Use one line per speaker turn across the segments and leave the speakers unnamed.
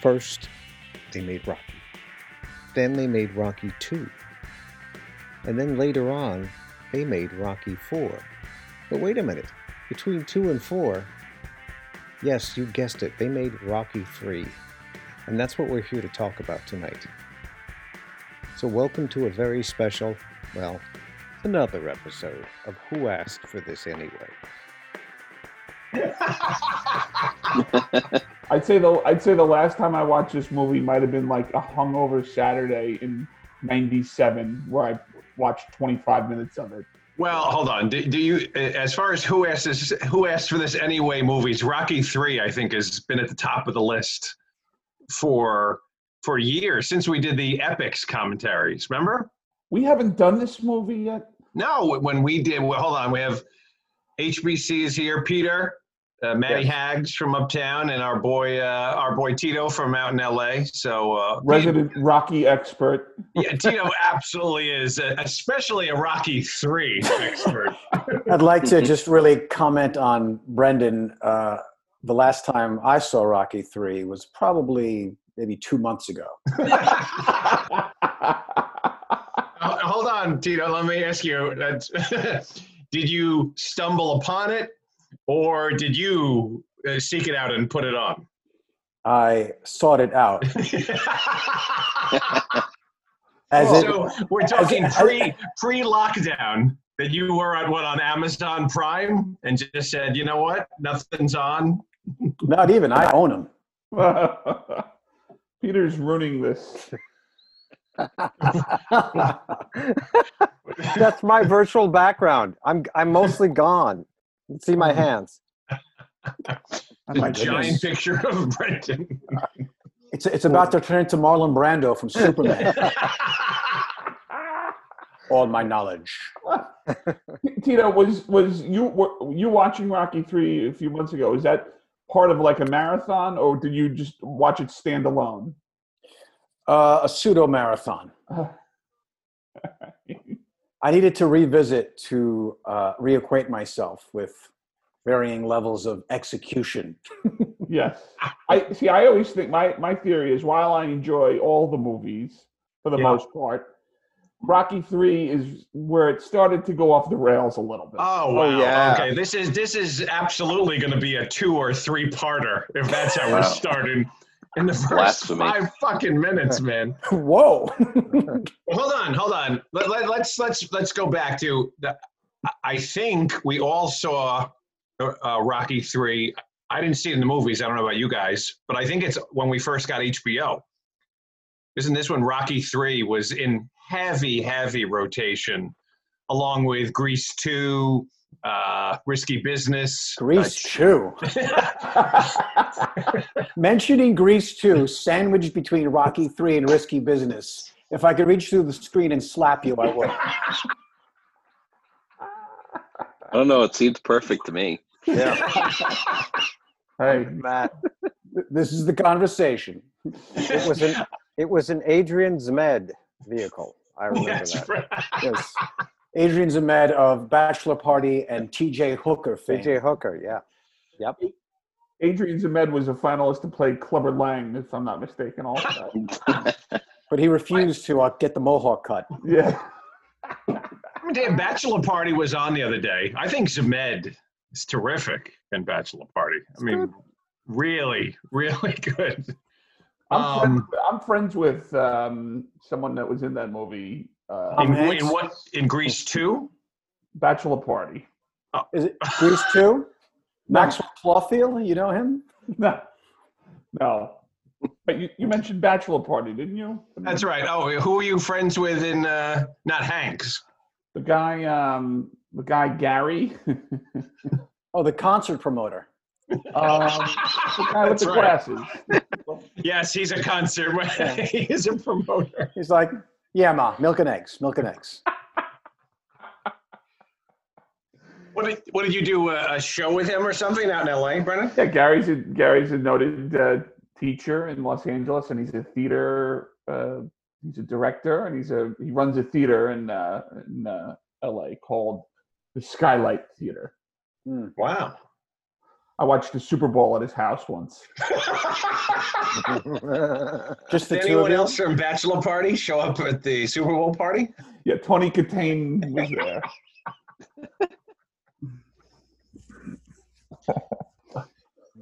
First, they made Rocky. Then they made Rocky 2. And then later on, they made Rocky 4. But wait a minute. Between 2 and 4, yes, you guessed it, they made Rocky 3. And that's what we're here to talk about tonight. So, welcome to a very special, well, another episode of Who Asked for This Anyway?
I'd say the I'd say the last time I watched this movie might have been like a hungover Saturday in '97, where I watched 25 minutes of it.
Well, hold on. Do, do you, as far as who asked this, who asked for this anyway? Movies, Rocky Three, I think, has been at the top of the list for for years since we did the epics commentaries. Remember?
We haven't done this movie yet.
No, when we did. Well, hold on. We have HBC is here. Peter, uh, Matty
Yes.
Hags from Uptown, and our boy uh, our boy Tito from out in L.A. So uh,
Resident Rocky expert.
yeah, Tito absolutely is, uh, especially a Rocky Three expert.
I'd like to just really comment on Brendan. Uh, the last time I saw Rocky Three was probably maybe two months ago.
Ho- Uh, Hold on, Tito. Let me ask you: that's- Did you stumble upon it, or did you uh, seek it out and put it on?
I sought it out as it
so we're talking
as it-
pre pre lockdown that you were at what on Amazon Prime and just said, you know what, nothing's on.
not even I own them.
Peter's ruining this.
That's my virtual background. I'm, I'm mostly gone. You can see my hands.
Oh
the
my
giant
goodness.
picture of Brendan.
It's it's about to turn into Marlon Brando from Superman. All my knowledge.
Tito was was you were you watching Rocky Three a few months ago? Is that part of like a marathon, or did you just watch it standalone?
Uh, a pseudo marathon. I needed to revisit to uh, reacquaint myself with varying levels of execution.
Yes.
Ah.
I see. I always think my my theory is while I enjoy all the movies for the
Yeah.
most part, Rocky Three is where it started to go off the rails a little bit.
Oh wow!
yeah.
Okay, this is this is absolutely going to be a two or three parter if that's how
Wow.
we're starting in the first
Blasphemy.
five fucking minutes, man.
Whoa!
Well, hold on, hold on. Let, let, let's let's let's go back to. The, I- I think we all saw uh, uh, Rocky three. I didn't see it in the movies. I don't know about you guys, but I think it's when we first got HBO. Isn't this when Rocky three was in heavy, heavy rotation, along with Grease two, uh, Risky Business,
Grease too. Mentioning Grease too, sandwiched between Rocky 3 and Risky Business. If I could reach through the screen and slap you, I would.
I don't know. It seems perfect to me.
Yeah,
Hey,
Matt.
This is the conversation.
It was an, it was an Adrian Zmed vehicle. I remember
That's
that.
right.
Yes. Adrian Zamed of Bachelor Party and TJ Hooker fame.
P.J. Hooker, yeah.
Adrian Zemed was a finalist to play Clubber Lang, if I'm not mistaken. Also,
But he refused to uh, get the mohawk cut.
yeah.
Damn, Bachelor Party was on the other day. I think Zamed is terrific in Bachelor Party. I mean, really, really good.
I'm,
Um,
friends, I'm friends with um, someone that was in that movie, uh,
Um,
In,
Hanks?
in what in Greece too?
Bachelor Party.
Is it Grease 2? Maxwell Clawfield, you know him?
No, no. But you, you mentioned Bachelor Party, didn't you?
That's right. Oh, who are you friends with in uh, not Hanks?
The guy, um, the guy Gary, um,
Oh, the concert promoter. Uh,
Um, the guy with
That's
the
right.
glasses.
Yes, he's a concert. he is a promoter.
He's like, yeah, ma, milk and eggs, milk and eggs.
What did, what did you do? A, a show with him or something out in L.A., Brennan?
Yeah, Gary's a, Gary's a noted uh, teacher in Los Angeles, and he's a theater. Uh, he's a director, and he's a he runs a theater in uh, in uh, L.A. called the Skylight Theater.
Wow.
I watched the Super Bowl at his house once.
Just the
Did
two of
anyone
you.
else from Bachelor Party show up at the Super Bowl party?
Yeah, Tony Katane was there.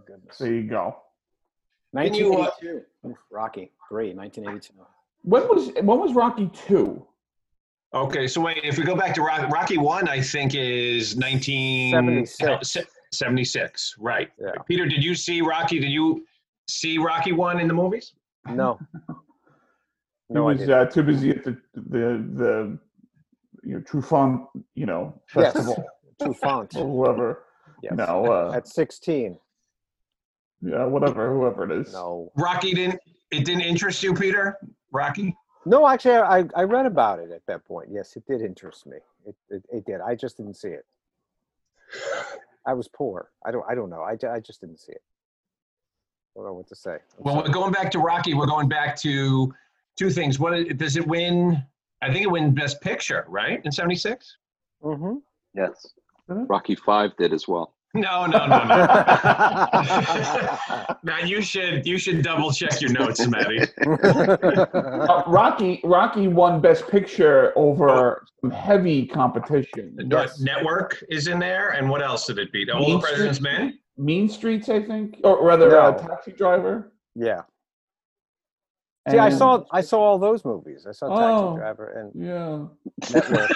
Goodness.
There you go.
Didn't you, uh,
1982. Rocky three, 1982.
When was when was Rocky two?
Okay, so wait, if we go back to Rocky, Rocky One, I think is
76.
1976. Right.
Yeah.
Peter, did you see Rocky? Did you see Rocky One in the movies?
No.
he
No
was
idea.
uh, too busy at the the the you know Truffaut you know
Yes.
festival
True font.
or whoever.
Yes.
No, uh,
At 16.
yeah, whatever, whoever it is.
No.
Rocky didn't. It didn't interest you, Peter. Rocky.
No, actually, I, I read about it at that point. Yes, it did interest me. It, it, it did. I just didn't see it. I was poor. I don't. I don't know. I, ju- I just didn't see it. don't know what to say. I'm
Well,
sorry.
we're going back to Rocky. We're going back to two things. What is- does it win? I think it win Best Picture, right? In '76.
Mhm.
Yes. Rocky Five did as well.
No, no, no, no. Matt, you should you should double check your notes, Matty.
Uh, Rocky Rocky won Best Picture
Oh.
over some heavy
The
competition.
Nor-
Yes.
Network is in there, and what else did it beat? All the
Mean
President's
Streets?
Men.
Mean Streets, I think, or rather, uh,
No.
Taxi Driver.
yeah. See, I
and-
saw. I saw all those movies. I saw Taxi
Oh.
Driver and
Yeah.
Network.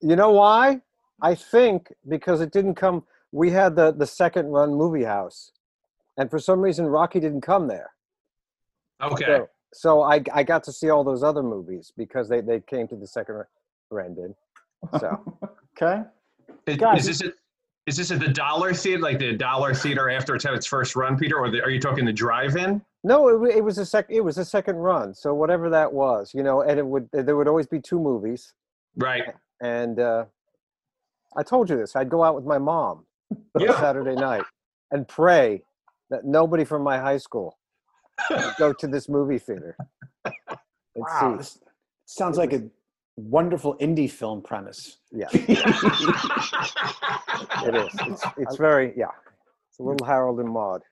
You know why? I think because it didn't come. We had the the second run movie house, and for some reason Rocky didn't come there.
okay.
So, so I I got to see all those other movies because they they came to the second run. Brandon. So okay.
Is,
Guys,
is this at, is this at the Dollar Theater, like the Dollar Theater after it's had its first run, Peter? Or the, are you talking the drive-in?
No, it, wa- it was a sec. It was a second run. So whatever that was, you know, and it would eh, there would always be two movies.
Right.
And uh, I told you this. I'd go out with my mom on
Yeah.
Saturday night and pray that nobody from my high school would go to this movie theater. And
Wow.
see.
this-
It
Sounds like a wonderful indie film premise.
Yeah, it is. It's, it's very yeah. It's a little Harold and Maude.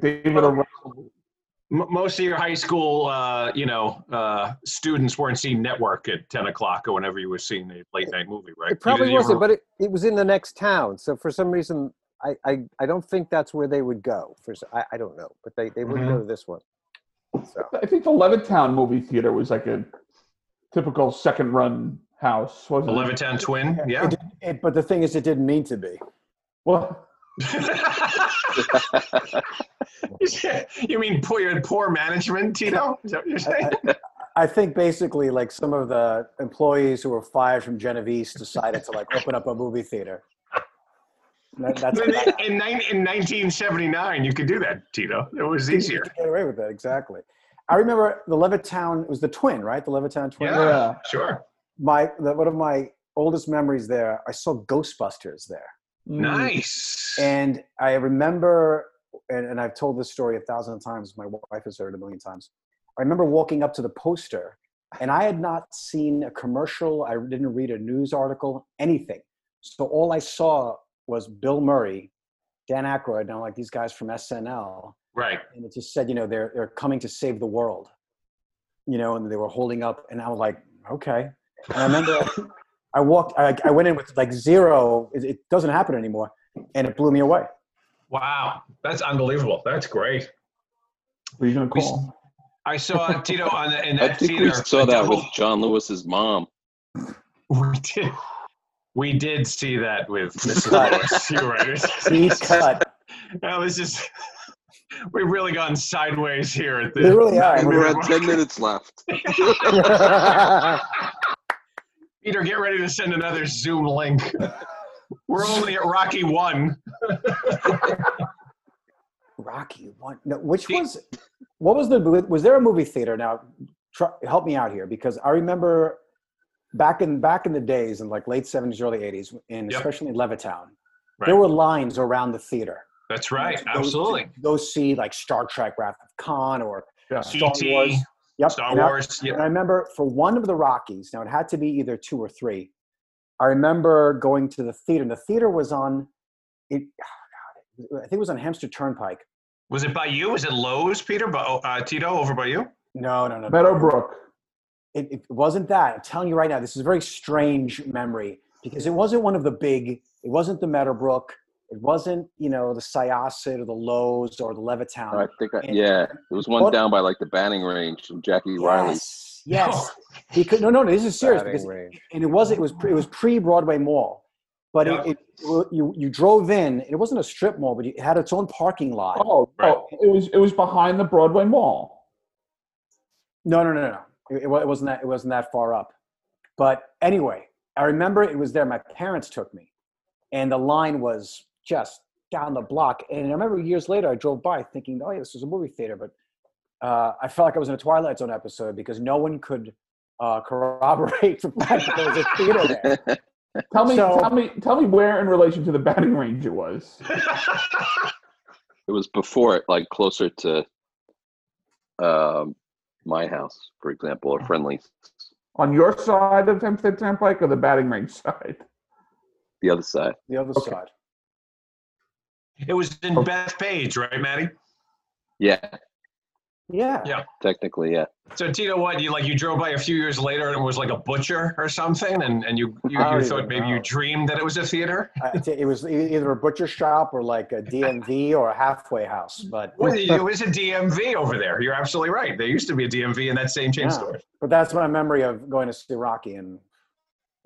David O.
M- Most of your high school, uh, you know, uh, students weren't seeing Network at ten o'clock or whenever you were seeing the late night movie, right?
It probably wasn't, but it, it was in the next town. So for some reason, I, I, I don't think that's where they would go. For s- I, I don't know, but they, they wouldn't go to this one. So
I think the Levittown movie theater was like a typical second run house, wasn't
the
it?
Levittown Twin. Yeah.
It, but the thing is, it didn't mean to be.
Well,
you mean poor, your poor management, Tito? Is that what you're saying?
I think basically, like some of the employees who were fired from Genovese decided to like open up a movie theater. That, that's
In, in, nine- in 1979, you could do that, Tito. It was easier.
get away with that exactly. I remember the Levittown it was the twin, right? The Levittown twin.
Yeah.
yeah.
Sure.
My the, one of my oldest memories there. I saw Ghostbusters there.
Hmm.
Mm.
Nice.
And I remember, and, and I've told this story a thousand times. My wife has heard it a million times. I remember walking up to the poster, and I had not seen a commercial. I didn't read a news article, anything. So all I saw was Bill Murray, Dan Aykroyd, and I'm like, these guys from SNL.
Right.
And it just said, you know, they're, they're coming to save the world, you know, and they were holding up. And I was like, okay. And I remember I walked, I, I went in with like zero, it, it doesn't happen anymore. And it blew me away.
Wow. That's unbelievable. That's great.
Were you gonna
We s-
call?
I saw Tito on the, in
I
that
think we
theater.
saw that with
Double-
John Lewis's mom.
We did. We did see that with Mrs. Lewis. You're right.
Deep cut.
That was just. We've really gone sideways here at
They
the.
really are.
We had ten minutes left.
Peter, get ready to send another Zoom link. We're only at Rocky One.
Rocky one. No, which was what was the was there a movie theater? Now, try, help me out here because I remember back in back in the days in like late seventies, early eighties, and
Yep.
especially in Levittown,
Right.
there were lines around the theater.
That's right.
Those-
Absolutely.
Those see like Star Trek: Wrath of Khan or
Yeah.
Star
E.T.,
Wars. Yep.
Star
and I-
Wars.
And
Yeah.
I remember for one of the Rockies. Now it had to be either two or three. I remember going to the theater, and the theater was on it. oh, God, I think it was on Hamster Turnpike.
Was it by you? Was it Lowe's, Peter? By, uh, Tito, over by you?
No, no, no. no.
Meadowbrook.
It, it wasn't that. I'm telling you right now, this is a very strange memory because it wasn't one of the big. It wasn't the Meadowbrook. It wasn't you know the Syosset or the Lowe's or the Levittown.
I think, I,
And-
yeah, there was one
What-
down by like the batting range from Jackie Riley.
Yes. Yes. He could, no, no, no. This is serious
batting
because
range.
and it was it was pre, it was pre Broadway Mall, but
Yeah.
it, it, you you drove in. It wasn't a strip mall, but it had its own parking lot.
Oh,
Right.
oh, it was it was behind the Broadway Mall.
No, no, no, no, no. It, it wa- it wasn't that. It wasn't that far up. But anyway, I remember it was there. My parents took me, and the line was just down the block. And I remember years later, I drove by thinking, "Oh yeah, this was a movie theater." But uh, I felt like I was in a Twilight Zone episode because no one could uh, corroborate the fact that there was a theater there.
Tell me,
So-
tell me, tell me where in relation to the batting range it was.
It was before it, like closer to um, my house, for example, or Friendly's,
On your side of Hempstead Turnpike or the batting range side?
the other side.
The other
Okay.
side.
It was in Beth Page, right, Maddie?
Yeah,
Yeah.
Yeah.
technically, yeah.
So Tito, what you like? You drove by a few years later, and it was like a butcher or something, and and you you,
I
you
don't
thought
even
maybe
know.
you dreamed that it was a theater.
I- I'd say it was e- either a butcher shop or like a DMV or a halfway house. But
Well, it was a DMV over there. You're absolutely right. There used to be a DMV in that same chain
Yeah.
store.
but that's my memory of going to see Rocky in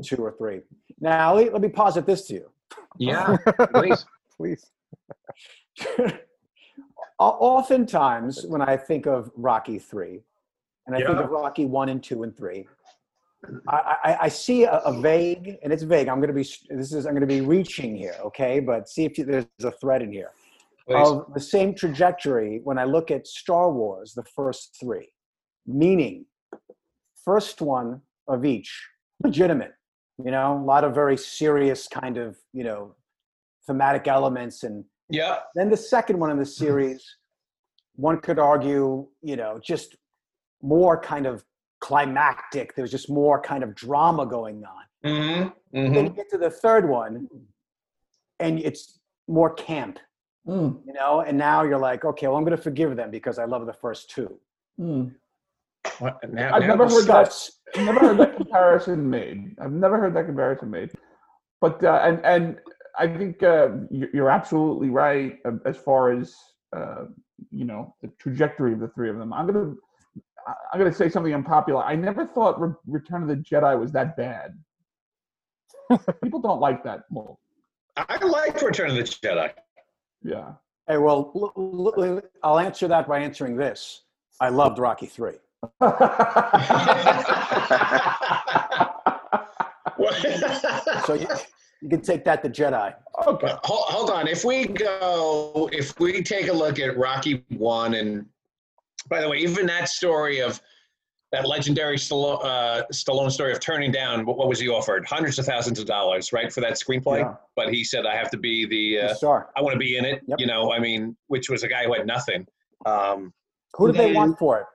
two or three. Now let let me posit this to you.
Yeah.
Please.
Please.
O- Oftentimes, when I think of Rocky three, and I think
Yeah.
of Rocky one and two and three, I, I, I see a, a vague, and it's vague. I'm going to be this is I'm going to be reaching here, okay? But see if you, there's a thread in here
Please.
of the same trajectory when I look at Star Wars, the first three, meaning first one of each, legitimate. You know, a lot of very serious kind of you know thematic elements and
Yeah.
then the second one in the series, one could argue, you know, just more kind of climactic. There was just more kind of drama going on.
Mm-hmm.
Then
Mm-hmm.
you get to the third one, and it's more camp,
Mm,
you know. And now you're like, okay, well, I'm going to forgive them because I love the first two.
Hmm.
mm.
Now,
I've
now
never
this-
heard that. I've never heard that comparison made. I've never heard that comparison made. But uh, and and I think uh, you- you're absolutely right uh, as far as uh, you know the trajectory of the three of them. I'm gonna I- I'm gonna say something unpopular. I never thought Re- Return of the Jedi was that bad. People don't like that movie.
I liked Return of the Jedi.
Yeah.
Hey, well, l- l- l- I'll answer that by answering this. I loved Rocky Three.
What-
So you, you can take that to Jedi.
okay.
But hold, hold on. If we go, if we take a look at Rocky One, and by the way, even that story of that legendary Stallone, uh, Stallone story of turning down what, what was he offered? Hundreds of thousands of dollars, right, for that screenplay.
Yeah.
But he said, "I have to be the, uh,
Yes, sir.
I want to be in it."
Yep.
You know, I mean, which was a guy who had nothing. Um,
Who did they
Then-
want for it?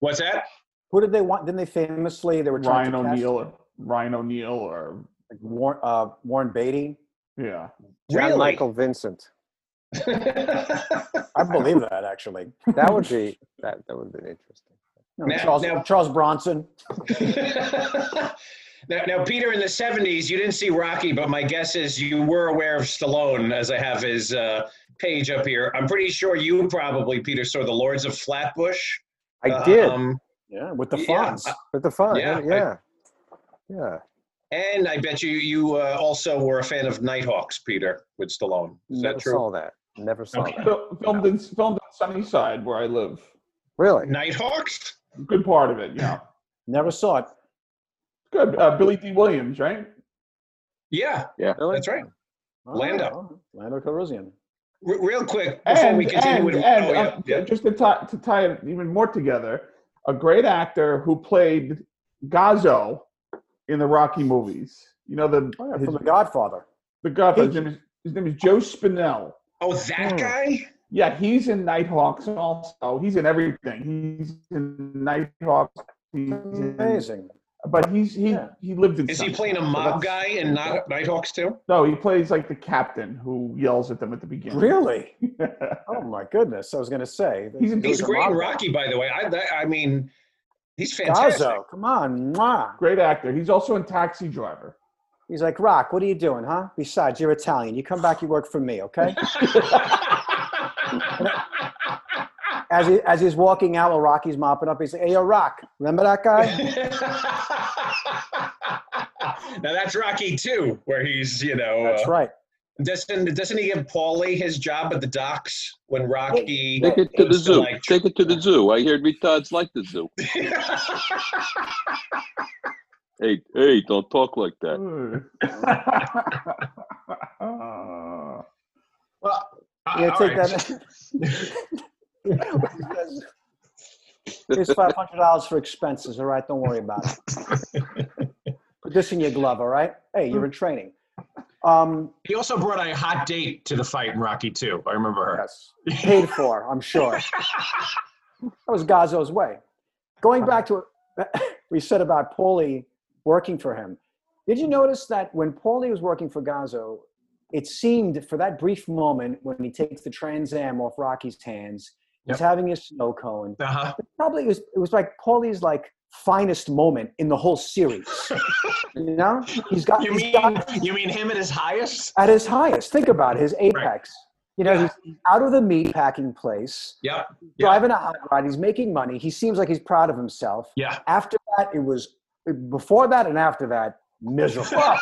what's that?
Who did they want? Didn't they famously they were trying
Ryan
to cast-
O'Neill. or- Ryan O'Neill, or
like Warren, uh, Warren Beatty.
yeah.
John
Really?
Michael Vincent.
I believe that actually.
That would be that. That would have been interesting.
You know,
Now-
Charles,
now-
Charles Bronson.
now, now, Peter, in the '70s, you didn't see Rocky, but my guess is you were aware of Stallone, as I have his uh, page up here. I'm pretty sure you probably, Peter, saw the Lords of Flatbush.
I did,
Um,
Yeah, with the
Yeah,
Fonz.
I-
but Uh, the fun.
yeah,
Yeah,
I-
yeah, yeah.
and I bet you you uh, also were a fan of Nighthawks, Peter, with Stallone. Is
Never
that true?
saw that. Never saw
Okay.
that.
Fil- filmed in filmed in Sunnyside, where I live.
Really?
Nighthawks?
Good part of it, yeah.
Never saw it.
Good. Uh, Billy D. Williams, right?
Yeah,
Really?
that's right.
Oh,
Lando.
Lando Calrissian.
R- real quick before
And,
we continue
and,
with
and
oh, yeah,
uh,
yeah.
just to tie, to tie it even more together, a great actor who played Gazzo in the Rocky movies. You know, the,
Oh, yeah,
his,
from The Godfather.
the Godfather, his name, is, his name is Joe Spinell.
Oh,
hmm.
that guy?
Yeah, he's in Nighthawks also. He's in everything. He's in Nighthawks. He's in
Amazing.
but he's he
Yeah.
he lived in.
Is he
Sunset,
playing a
so
mob
that's-
guy in Night- Nighthawks too?
No, he plays like the captain who yells at them at the beginning.
Really? Oh my goodness! I was gonna say
He's in-
He's
those are
great in
modern.
Rocky, by the way. I, that- I mean, he's fantastic.
Gazzo, come on, mwah.
Great actor. He's also in Taxi Driver.
He's like, Rock, what are you doing, huh? Besides, you're Italian. You come back, you work for me, okay? as, he, as he's walking out while Rocky's mopping up, he's like, hey, yo, Rock, remember that guy?
now that's Rocky too, where he's you know
That's
uh,
right.
doesn't doesn't he give Paulie his job at the docks when Rocky?
Take it to the
goes
zoo.
like,
Take it to the zoo. I heard retards like the zoo. Hey, hey, don't talk like that.
well, uh,
Yeah,
all
take
right.
that. Here's five hundred dollars for expenses. All right, don't worry about it. Put this in your glove. All right. Hey, you're in training. Um,
He also brought a hot date to the fight in Rocky too. I remember her.
yes, paid for. I'm sure. That was Gazzo's way. Going back to what we said about Paulie working for him. Did you notice that when Paulie was working for Gazzo, it seemed for that brief moment when he takes the Trans Am off Rocky's hands,
Yep.
he's having his snow cone.
Uh-huh.
probably it was it was like Paulie's like finest moment in the whole series. you know, he's got
You
he's
mean
got
you mean him at his highest?
at his highest. Think about it, his apex. You know, he's he's out of the meat packing place,
Yep. Yeah.
driving a hot rod. He's making money. He seems like he's proud of himself.
Yeah.
After that, it was before that and after that miserable.
But,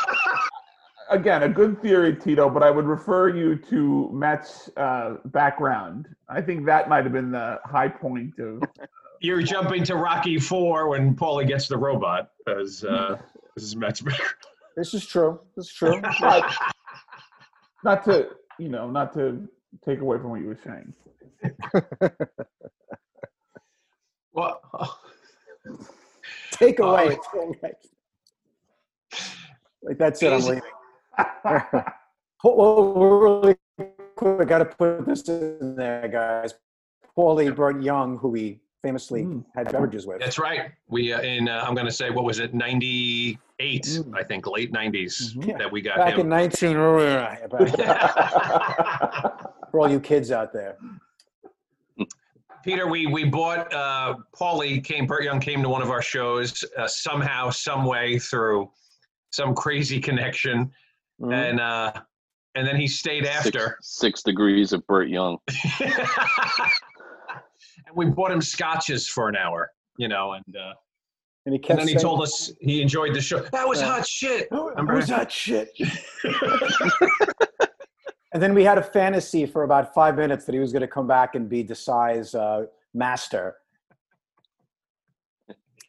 again, a good theory, Tito, but I would refer you to Matt's uh, background. I think that might have been the high point of.
You're jumping to Rocky Four when Paulie gets the robot, as uh, this is Matt's.
this is true. This is true.
But not to, you know, not to take away from what you were saying.
well,
Take away.
Oh.
It's all right. like that's it. I'm
Easy.
leaving. Pa- Well, we're really quick. Got to put this in there, guys. Paulie brought Young, who we famously
Mm.
had beverages with.
Hmm. that's right. We uh, in uh, I'm going to say what was it 98,
Mm.
I think late 90s
Mhm.
that we got
Mm-hmm. Back in
him.
19, for all you kids out there.
Peter, we we bought uh, Paulie came Burt Young came to one of our shows uh, somehow some way through some crazy connection
Hmm? Mm-hmm.
and uh, and then he stayed after.
Six, six degrees of Burt Young.
and we bought him scotches for an hour, you know, and, uh,
And he
and
kept
then he
saying,
told us he enjoyed the show. That was
Yeah.
hot shit.
"Who-
I'm
who's
right.
that shit? And then we had a fantasy for about five minutes that he was going to come back and be Desai's uh, master.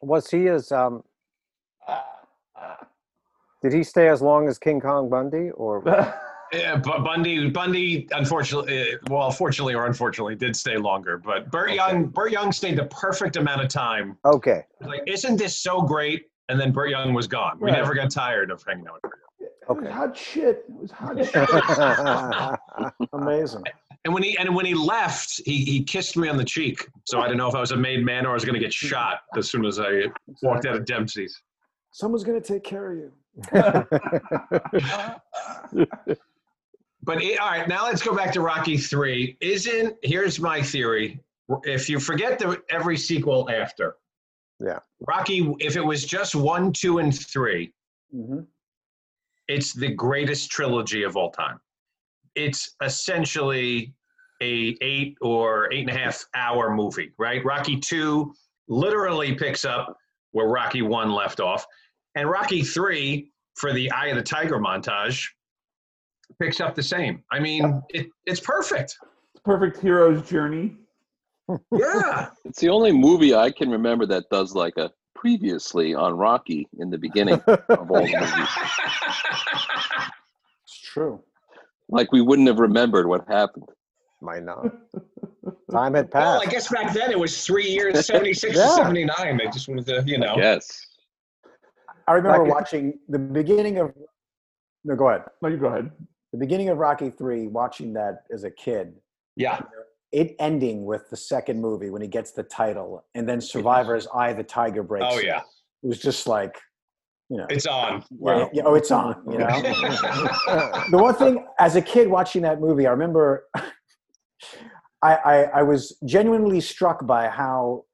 Was he as um?
Uh,
Did he stay as long as King Kong Bundy, or
yeah, but Bundy, Bundy, unfortunately, uh, well, fortunately or unfortunately, did stay longer. But Burt Young, Burt Young stayed the perfect amount of time.
okay?
Like, isn't this so great? And then Burt Young was gone. We
Right.
never got tired of hanging out with Burt Young.
It was
Okay.
hot shit. It was hot shit.
Amazing.
And when he and when he left, he, he kissed me on the cheek. So I didn't know if I was a made man or I was going to get shot as soon as I walked out of Dempsey's.
Someone's going to take care of you.
But it, all right, now let's go back to Rocky Three. Isn't here's my theory: if you forget the every sequel after,
Yeah.
Rocky. If it was just one, two, and three,
hmm
it's the greatest trilogy of all time. It's essentially a eight or eight and a half hour movie, right? Rocky two literally picks up where Rocky one left off, and Rocky three for the Eye of the Tiger montage picks up the same. I mean, it, it's perfect.
Perfect hero's journey.
Yeah,
It's the only movie I can remember that does like a previously on Rocky in the beginning of all the movies.
It's true.
Like we wouldn't have remembered what happened.
Might not. Time had
well, I
passed.
guess back then it was three years, seventy six to
Yeah.
seventy nine. They just wanted to, you know.
Yes.
I remember
Rocky-
watching the beginning of. No, go ahead.
No, you go ahead.
The beginning of Rocky Three. Watching that as a kid,
Yeah.
it ending with the second movie when he gets the title, and then Survivor's Eye of the Tiger breaks.
Oh
in.
yeah.
it was just like you know.
It's on.
Wow.
Yeah, oh, it's on. You know. the one thing as a kid watching that movie, I remember I, I, I was genuinely struck by how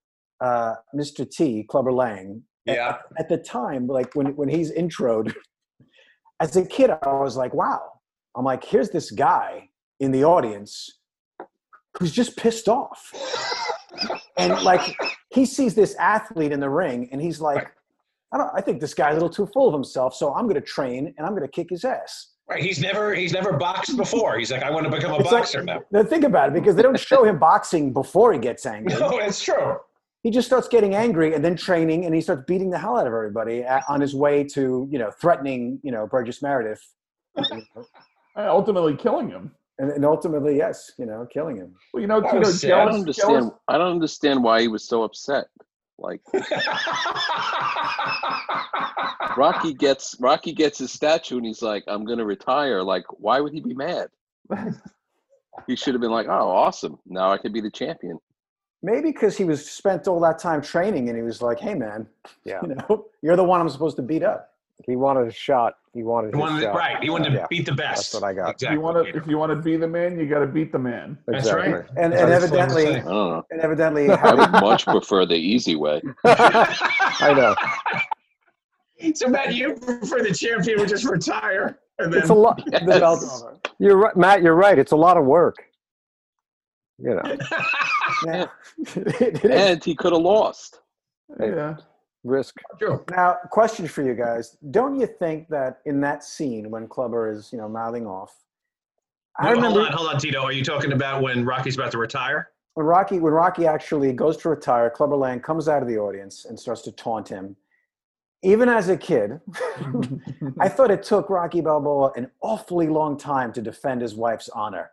uh, Mr. T, Clubber Lang,
yeah.
at the time, like when, when he's introed, as a kid, I was like, wow. I'm like, here's this guy in the audience who's just pissed off. and like, he sees this athlete in the ring and he's like, I, don't, I think this guy's a little too full of himself, so I'm going to train and I'm going to kick his ass.
Right. He's never he's never boxed before. He's like, I want to become a
It's like-
boxer now.
Now think about it because they don't show him boxing before he gets angry.
No, it's true.
He just starts getting angry and then training and he starts beating the hell out of everybody a- on his way to, you know, threatening, you know, Burgess Meredith
And Uh, ultimately killing him.
and, and ultimately, yes, you know, killing him.
Well, you know,
That
you know
was sad.
I
jealous,
don't understand.
jealous-
I don't understand why he was so upset. Like Rocky gets Rocky gets his statue, and he's like, "I'm gonna retire." Like, why would he be mad? He should have been like, "Oh, awesome! Now I can be the champion."
Maybe because he was spent all that time training and he was like, hey, man,
Yeah.
you know, you're the one I'm supposed to beat up.
He wanted a shot. He wanted
He
his
wanted,
shot.
right. He wanted to
Yeah.
beat the best.
That's what I got.
if
Exactly.
you want to if you want to be the man, you got to beat the man.
That's
exactly.
right.
And,
That's what
and
I'm
evidently,
I
saying.
don't know.
and evidently,
I
Harry,
would much prefer the easy way.
I know.
So Matt, you prefer the champion would just retire and then
It's a lot.
the belt.
Yes.
You're right, Matt. You're right. It's a lot of work. You know,
Yeah. It is.
And he could have lost.
Yeah.
risk.
True.
Now, question for you guys: Don't you think that in that scene when Clubber is, you know, mouthing off, I
Hold-
remember
Hold on, hold on, Tito. Are you talking about when Rocky's about to retire?
when Rocky when Rocky actually goes to retire, Clubber Lang comes out of the audience and starts to taunt him. Even as a kid, I thought it took Rocky Balboa an awfully long time to defend his wife's honor.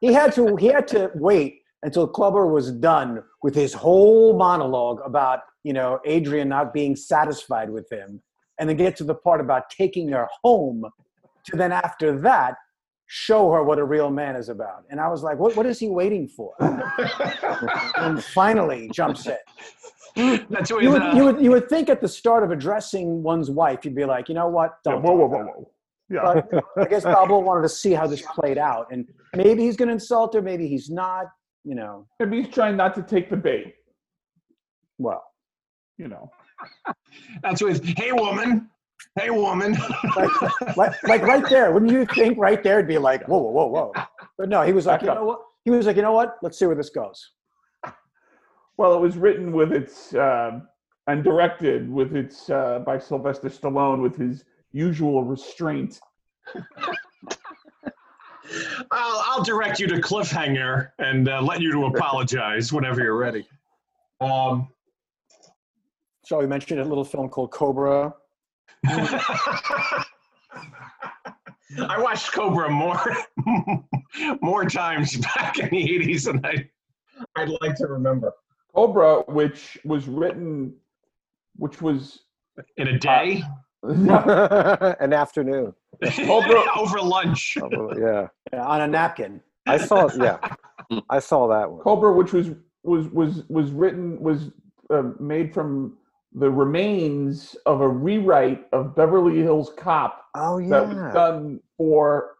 He had to he had to wait until Clubber was done with his whole monologue about, you know, Adrian not being satisfied with him and then get to the part about taking her home to then after that show her what a real man is about. And I was like, what, what is he waiting for? and finally jumps in.
That's what he's,
You would,
uh,
you, would, you would think at the start of addressing one's wife, you'd be like, you know what?
Yeah,
Don't
whoa, whoa,
talk
whoa,
about
whoa. Yeah.
it." But I guess Balboa wanted to see how this played out. And maybe he's going to insult her, maybe he's not, you know.
Maybe he's trying not to take the bait,
Well,
you know.
that's what he's, hey woman. Hey woman.
like, like right there, wouldn't you think right there it'd be like, whoa, whoa, whoa, whoa. But no, he was like,
Back
you
up.
know what? He was like, you know what? Let's see where this goes.
Well, it was written with its uh, and directed with its uh, by Sylvester Stallone with his usual restraint.
I'll, I'll direct you to cliffhanger and uh, let you to apologize whenever you're ready. Um,
Shall we mention a little film called Cobra?
I watched Cobra more more times back in the eighties than I I'd like to remember.
Cobra, which was written, which was
In a day,
An afternoon.
Uh,
Cobra-
over lunch.
Probably, yeah.
Yeah, on a napkin.
I saw. Yeah, I saw that one.
Cobra, which was was was was written was uh, made from the remains of a rewrite of Beverly Hills Cop
Oh
that was
yeah.
done for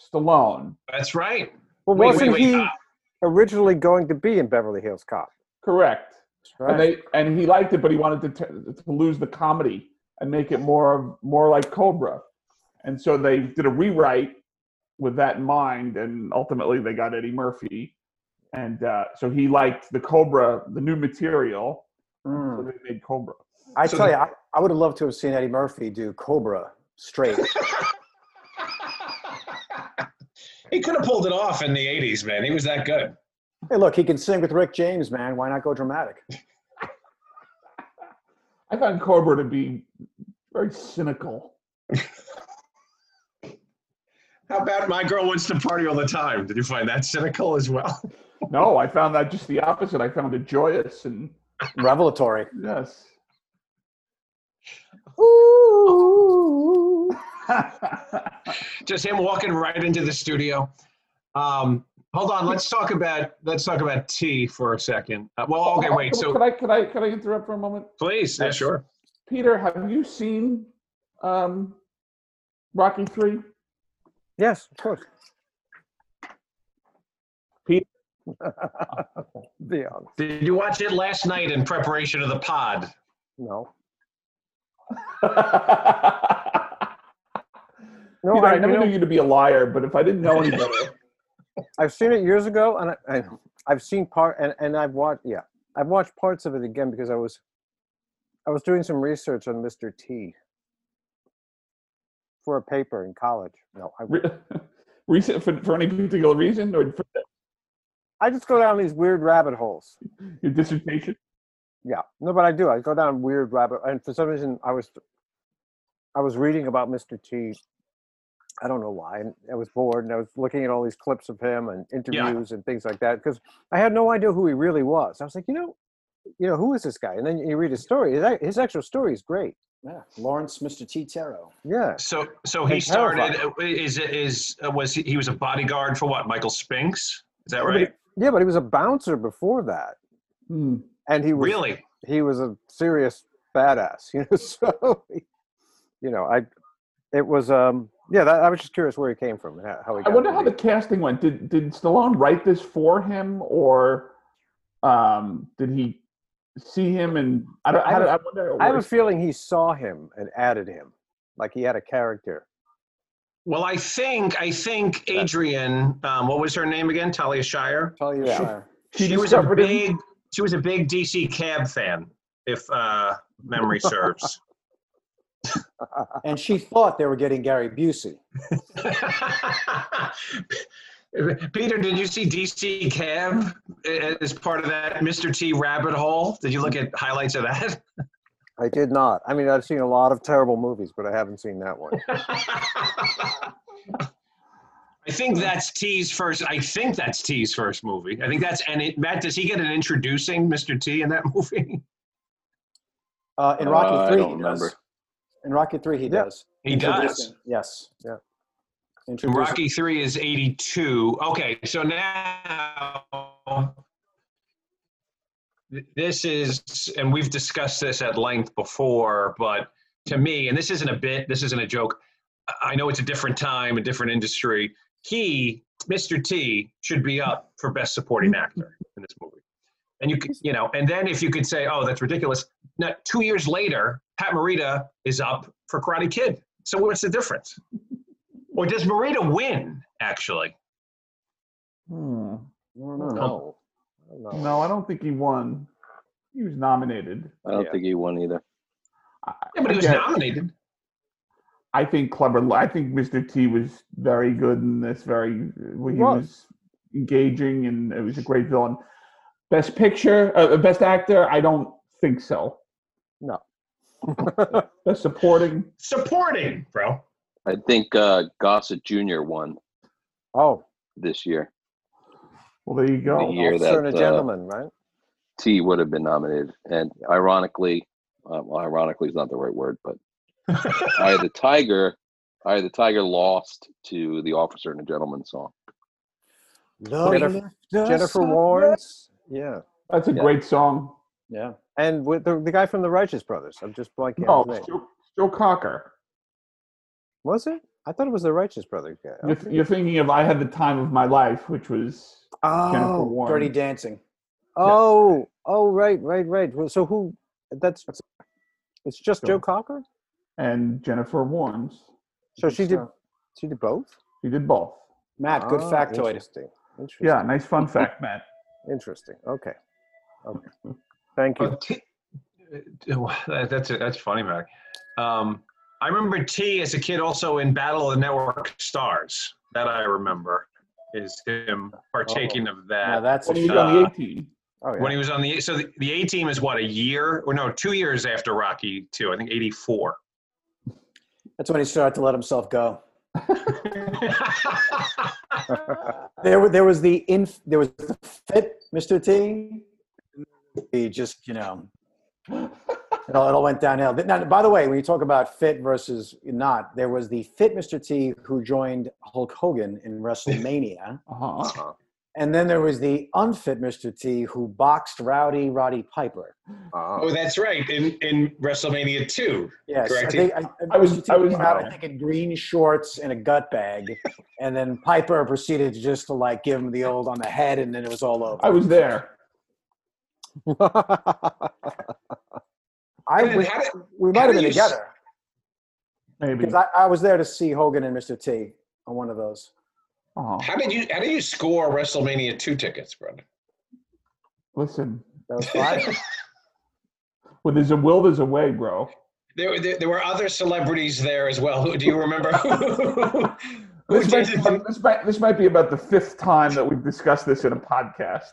Stallone.
That's right.
Well,
Wait,
wasn't
wait, wait.
he
uh,
originally going to be in Beverly Hills Cop?
Correct.
Right.
And they and he liked it, but he wanted to t- to lose the comedy and make it more more like Cobra, and so they did a rewrite with that in mind, and ultimately they got Eddie Murphy, and uh, so he liked the Cobra, the new material, so
Hmm.
Mm.
they made Cobra.
I
So
tell
the-
you, I, I would have loved to have seen Eddie Murphy do Cobra straight.
he could have pulled it off in the eighties, man. He was that good.
hey, look, he can sing with Rick James, man. Why not go dramatic?
I found Cobra to be very cynical.
How about my girl wants to party all the time? Did you find that cynical as well?
No, I found that just the opposite. I found it joyous and
Revelatory.
yes.
just him walking right into the studio. Um, hold on, let's talk about let's talk about T for a second. Uh, well, okay, wait. So
could I could I could I interrupt for a moment?
please, yeah, sure.
Peter, have you seen um, Rocky Three?
Yes, of course.
Pete?
Be honest.
Did you watch it last night in preparation of the pod?
No. No,
Peter,
I,
I, never
you know,
knew you to be a liar, but if I didn't know any better,
I've seen it years ago, and I, I, I've seen part, and, and I've watched. Yeah, I've watched parts of it again because I was, I was doing some research on Mr. T. For a paper in college. No, I,
Re- reason for, for any particular reason or for
I just go down these weird rabbit holes.
your dissertation.
Yeah, no, but I do. I go down weird rabbit, and for some reason, I was, I was reading about Mr. T. I don't know why, and I was bored, and I was looking at all these clips of him and interviews and things like that because I had no idea who he really was. I was like, you know, you know, who is this guy? And then you read his story. His, ac- his actual story is great.
Yeah, Lawrence, Mr. T. Taro.
Yeah,
So, so he
I'm
started. Is is uh, was he, he was a bodyguard for what? Michael Spinks? Is that
but
right?
he- yeah, but he was a bouncer before that,
Hmm.
and he was
Really?
he was a serious badass. You know, so you know, I it was um yeah. That, I was just curious where he came from and how, how he.
I
Got
wonder
to
how
be-
the casting went. Did did Stallone write this for him, or um, did he see him? And I don't.
I
I,
have
don't,
a-
I wonder.
I have
where-
a feeling he saw him and added him, like he had a character.
Well, I think I think Adrian. Um, what was her name again? Talia Shire.
Tell you,
Yeah.
Shire.
She
She was a
discovered him.
big. She was a big DC Cab fan, if uh, memory serves.
And she thought they were getting Gary Busey.
Peter, did you see DC Cab as part of that Mr. T rabbit hole? Did you look at highlights of that?
I did not. I mean, I've seen a lot of terrible movies, but I haven't seen that one.
I think that's T's first. I think that's T's first movie. I think that's and it, Matt. Does he get an introducing Mr. T in that movie?
Uh, in Rocky
Uh, I
Three,
don't
he
remember.
does. In Rocky Three, he
Yeah.
does.
He does.
Introducing- Yes.
Yeah.
Introducing.
Rocky Three is eighty-two. Okay, so now th- this is, and we've discussed this at length before, but to me, and this isn't a bit, this isn't a joke. I- I know it's a different time, a different industry. He, Mr. T, should be up for best supporting actor in this movie. And you, could- you know, and then if you could say, "Oh, that's ridiculous," now, two years later, Pat Morita is up for Karate Kid. So what's the difference? Or does Morita win? Actually,
Hmm.
I don't know. I don't know.
No, I don't think he won. He was nominated.
I don't
Yeah.
think he won either.
I,
yeah, but he was
again,
nominated.
I think clever. I think Mr. T was very good in this. Very, well, he
was.
was. engaging, and it was a great villain. Best picture, uh, best actor. I don't think so.
No.
Best supporting.
Supporting, bro.
I think uh, Gossett Jr. won
Oh,
this year.
Well, there you
The
go.
year
officer and a
that, uh,
gentleman, right?
T would have been nominated, and ironically, uh, well, ironically is not the right word, but I the Tiger, I the Tiger lost to the Officer and the Gentleman song.
Love
Jennifer-
left us
Jennifer
on
Warnes. Yeah,
That's a
Yeah.
great song.
red- Yeah.
and with the, the guy from the Righteous Brothers. I'm just blanking
No,
on his name.
Joe, Joe Oh, Cocker.
Was it? I thought it was the Righteous Brothers guy.
You're, you're thinking of "I Had the Time of My Life," which was Jennifer
Oh,
Warren.
Dirty Dancing.
oh, oh, right, right, right. Well, So who? That's. It's just
Joe.
Joe Cocker.
and Jennifer Warnes.
So she did.
So-
She did both.
She did both.
Matt, good
Ah,
factoid.
Interesting. Interesting.
Yeah, nice fun fact, Matt.
Interesting. Okay. Okay. Thank you.
Oh, T- uh, that- that's that's funny, Mac. Um, I remember T as a kid also in Battle of the Network Stars. That I remember is him partaking of
Now
that
that's a
When he
sh-
was on the 18.
Oh yeah.
when he was on the. So the, the A team is what a year or no two years after Rocky two. I think eighty four.
that's when he started to let himself go. There, wa- there was the inf, there was the fit, Mr. T. He just, you know, it all, it all went downhill. Now, by the way, when you talk about fit versus not, there was the fit Mr. T who joined Hulk Hogan in WrestleMania,
Uh-huh.
And then there was the unfit Mr. T who boxed Rowdy Roddy Piper.
Oh, that's right. In in WrestleMania two.
Yes,
Correct.
I think I,
I was-
Mr. T
I was-
out, I think in green shorts and a gut bag, and then Piper proceeded to just to like give him the old on the head, and then it was all over.
I was there.
I
And then
wish-
how did-
we
how
might have
do
been
you s-
together
Maybe.
because I, I was there to see Hogan and Mr. T on one of those.
oh,
How did you how do you score WrestleMania two tickets, Brendan?
listen,
That was fine.
when there's a will, there's a way, bro.
There, were- there, there were other celebrities there as well. Who do you remember? Who, who
This might,
did
be
it?
about- this, might, this might be about the fifth time that we've discussed this in a podcast.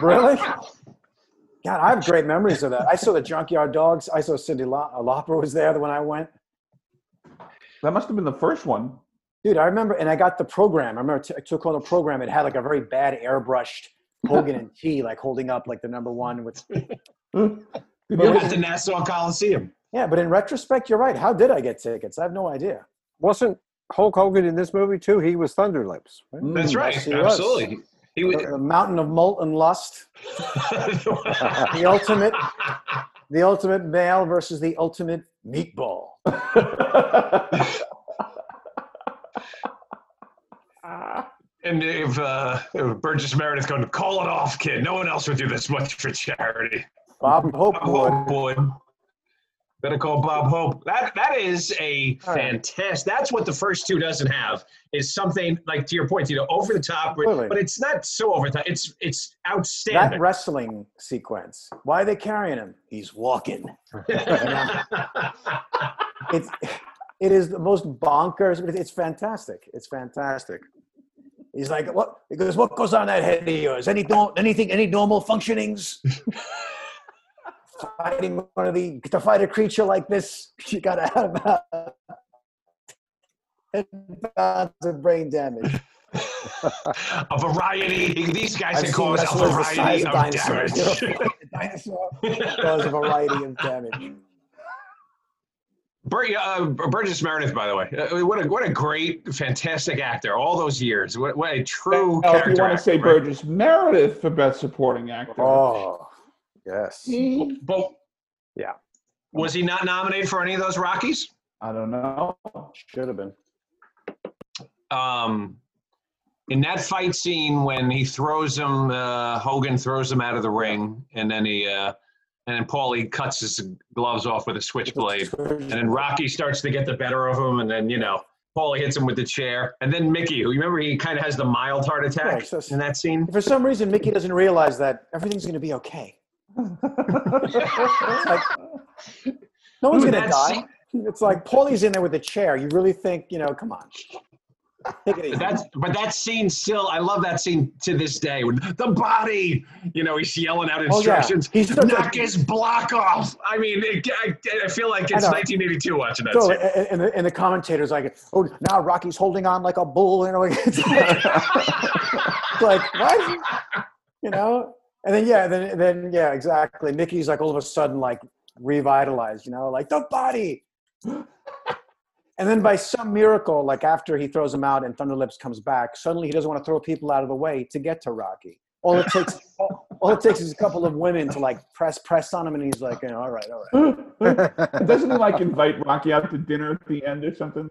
Really? God, I have great memories of that. I saw the Junkyard Dogs. I saw Cindy La- Lauper was there when I went.
That must have been the first one.
Dude, I remember, and I got the program. I remember t- I took on a program. It had like a very bad airbrushed Hogan and T, like holding up like the number one with.
Did you
At
ever-
the Nassau Coliseum.
Yeah, but in retrospect, you're right. How did I get tickets? I have no idea.
Wasn't Hulk Hogan in this movie too? He was Thunderlips. Right?
Mm-hmm.
Mm,
That's right.
yes, he was.
Absolutely. He was.
The, the mountain of molten lust, the ultimate, the ultimate male versus the ultimate meatball.
and if, uh, if Burgess Meredith going to call it off, kid, no one else would do this much for charity.
Bob Hope would.
Bob Hope would. Better call Bob Hope. That that is a fantastic. That's what the first two doesn't have is something like to your point, you know, over the top,
Absolutely.
but, but it's not so over the top. It's it's
That
outstanding.
wrestling sequence. Why are they carrying him? He's walking. It's it is the most bonkers. but It's fantastic. It's fantastic. He's like, what? He goes, what goes on that head of yours? Any don't anything? Any normal functionings? Fighting one of the to fight a creature like this, you gotta have about ten pounds of brain damage.
a variety. These guys
I've
can
seen
cause a
wrestlers the size
variety
of
of
dinosaurs.
damage.
Dinosaur does a variety of damage.
Bur- uh, Burgess Meredith, by the way, uh, what a what a great, fantastic actor! All those years, what, what a true
Now, if
character.
you want to
actor,
say
right?
Burgess Meredith for best supporting actor,
Oh,
Yes.
Hmm.
he,
but
Yeah.
was he not nominated for any of those Rockies?
I don't know.
should have been.
Um, in that fight scene when he throws him, uh, Hogan throws him out of the ring, and then he uh, and then Paulie cuts his gloves off with a switchblade. And then Rocky starts to get the better of him, and then you know Paulie hits him with the chair, and then Mickey, who you remember he kind of has the mild heart
Right,
attack
so it's-
in that scene.
For some reason, Mickey doesn't realize that everything's going to be okay. It's like, no one's
Dude,
going to
that's-
die. It's like Paulie's in there with a chair. You really think, you know, come on. Take it easy.
But that's but that scene still I love that scene to this day when the body you know he's yelling out
Oh, yeah.
instructions
He's such a-
knock his block off I mean it, I, I feel like it's
know.
1982 watching that
so,
scene
and, and the, and the commentator's like, oh, now Rocky's holding on like a bull. You know, it's like, it's like, what? You know? And then, yeah, then, then, yeah, exactly. Mickey's like all of a sudden, like, revitalized, you know, like the body. And then by some miracle, like after he throws him out and Thunderlips comes back, suddenly he doesn't want to throw people out of the way to get to Rocky. All it takes, all, all it takes is a couple of women to like press, press on him, and he's like, you know, all right, all right.
Doesn't he like invite Rocky out to dinner at the end or something?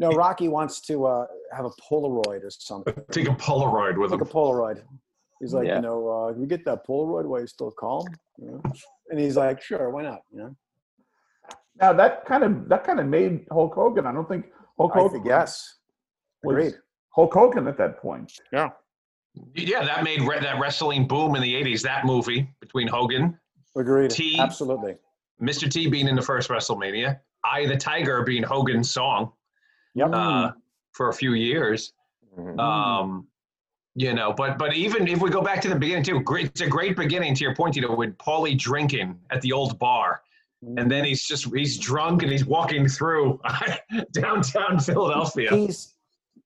No, Rocky wants to uh, have a Polaroid or something,
take a Polaroid with
like a
him
Polaroid. He's like,
Yeah.
you know, uh, can we get that Polaroid while you're still calm? You know? And he's like, sure, why not? You know,
Now that kind of that kind of made Hulk Hogan. I don't think Hulk
I
Hogan
think yes,
was
agreed.
Hulk Hogan at that point.
yeah that made re- that wrestling boom in the 80s that movie between Hogan
Agreed.
T-
Absolutely.
Mr T being in the first WrestleMania I the Tiger being Hogan's song
Yep.
uh,
Mm.
for a few years Um, you know, but but even if we go back to the beginning too, great, it's a great beginning to your point, you know, with Paulie drinking at the old bar,
Mm-hmm.
and then he's just he's drunk and he's walking through downtown Philadelphia.
He's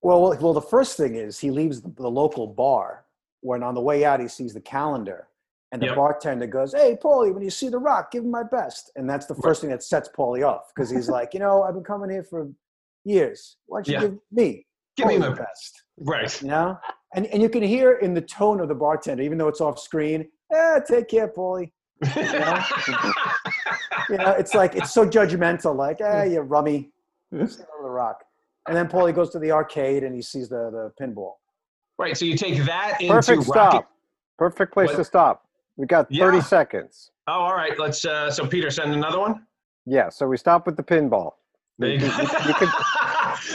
well, well. Well, the first thing is he leaves the, the local bar. When on the way out, he sees the calendar, and the
Yep.
bartender goes, "Hey, Paulie, when you see The Rock, give him my best." And that's the first thing that sets Paulie off because he's like, you know, I've been coming here for years. Why don't you
Yeah.
give me?
Give me
Only
my
the best.
right.
You know, and and you can hear in the tone of the bartender, even though it's off screen. Ah, take care, Paulie. You know, it's like it's so judgmental. Like, ah, you rummy, stay under the rock. And then Paulie goes to the arcade and he sees the the pinball.
right. So you take that into
Perfect
Rocky.
stop. Perfect place
What?
to stop. We got 30
Yeah.
seconds.
Oh, all right. Let's. Uh, so Peter, send another one.
Yeah, so we stop with the pinball.
There you
You-
go.
you- you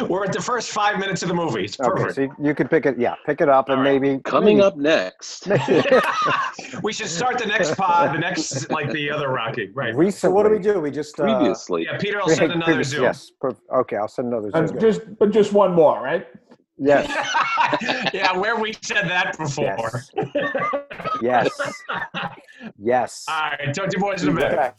We're at the first five minutes of the movie. It's
Okay,
perfect.
so you- you could pick it. Yeah, pick it up
All
and
right.
maybe
Coming
maybe-
up next,
we should start the next pod, the next like the other Rocky. Right.
Recently.
So what do we do? We just uh,
previously.
Yeah, Peter will send another
Previous-
Zoom.
Yes. per- Okay, I'll send another
Uh,
Zoom.
just but just one more, right?
yes.
yeah, where we said that before.
Yes. Yes. Yes.
All right, talk to you boys in a bit.
Okay.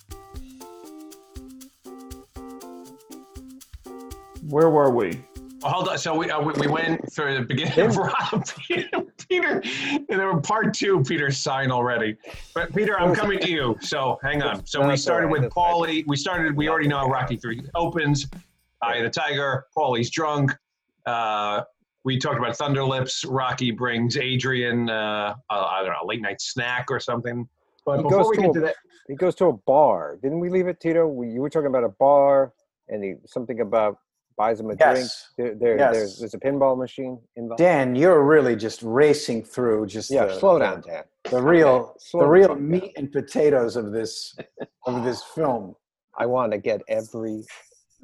Where were we?
Hold on. So we, uh, we we went through the beginning of Rob Peter, Peter, and there were part two. Peter signed already, but Peter, I'm coming to you. So hang on. So we
That's
started
all right,
with
that's all
Paulie. We started. We already know how Rocky Three opens. Eye of the Tiger. Paulie's drunk. Uh, we talked about Thunderlips. Rocky brings Adrian. Uh, uh, I don't know, a late night snack or something. But
He
before
goes
we
to
get
a-
to that,
He goes to a bar. Didn't we leave it, Tito? We, you were talking about a bar and he, something about buys him a drink.
Yes.
There, there,
Yes.
there's, there's a pinball machine involved.
Dan, you're really just racing through just
yeah,
the,
uh, slow down, Dan.
the real
slow
the
down,
real
Dan.
meat and potatoes of this of this film.
I want to get every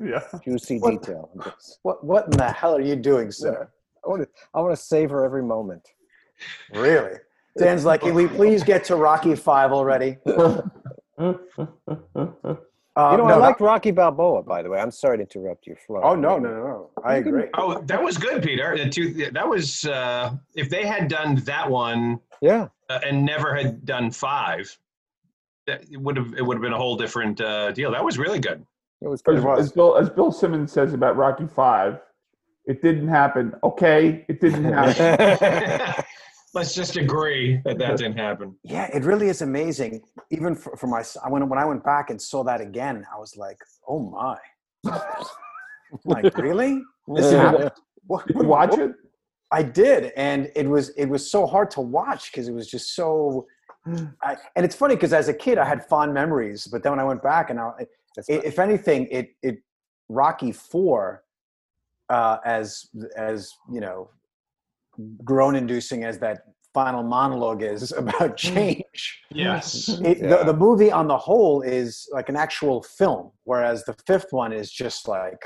Yeah.
juicy
What-
detail. of this.
What what in the hell are you doing, sir?
I want to I want to savor every moment.
Really? Dan's like, can we please get to Rocky Five already? Uh,
you know,
no,
I
no.
like Rocky Balboa, by the way. I'm sorry to interrupt your flow.
Oh no, no, no, no! I
You can-
agree.
oh, that was good, Peter. The two, that was uh, if they had done that one.
Yeah,
uh, and never had done five, that it would have it would have been a whole different uh, deal. That was really good.
it was
As,
good.
as Bill as Bill Simmons says about Rocky Five, it didn't happen. Okay, it didn't happen.
Let's just agree that that didn't happen.
Yeah, it really is amazing. Even for, for my, when when I went back and saw that again, I was like, oh my! like really? This is what, what,
Did you watch it?
I did, and it was it was so hard to watch because it was just so. I, and it's funny because as a kid, I had fond memories, but then when I went back, and I, i-
That's fine.
if anything, it it Rocky Four, uh, as as you know, groan-inducing as that final monologue is about change.
Yes.
It,
Mm. Yeah.
the, the movie on the whole is like an actual film, whereas the fifth one is just like,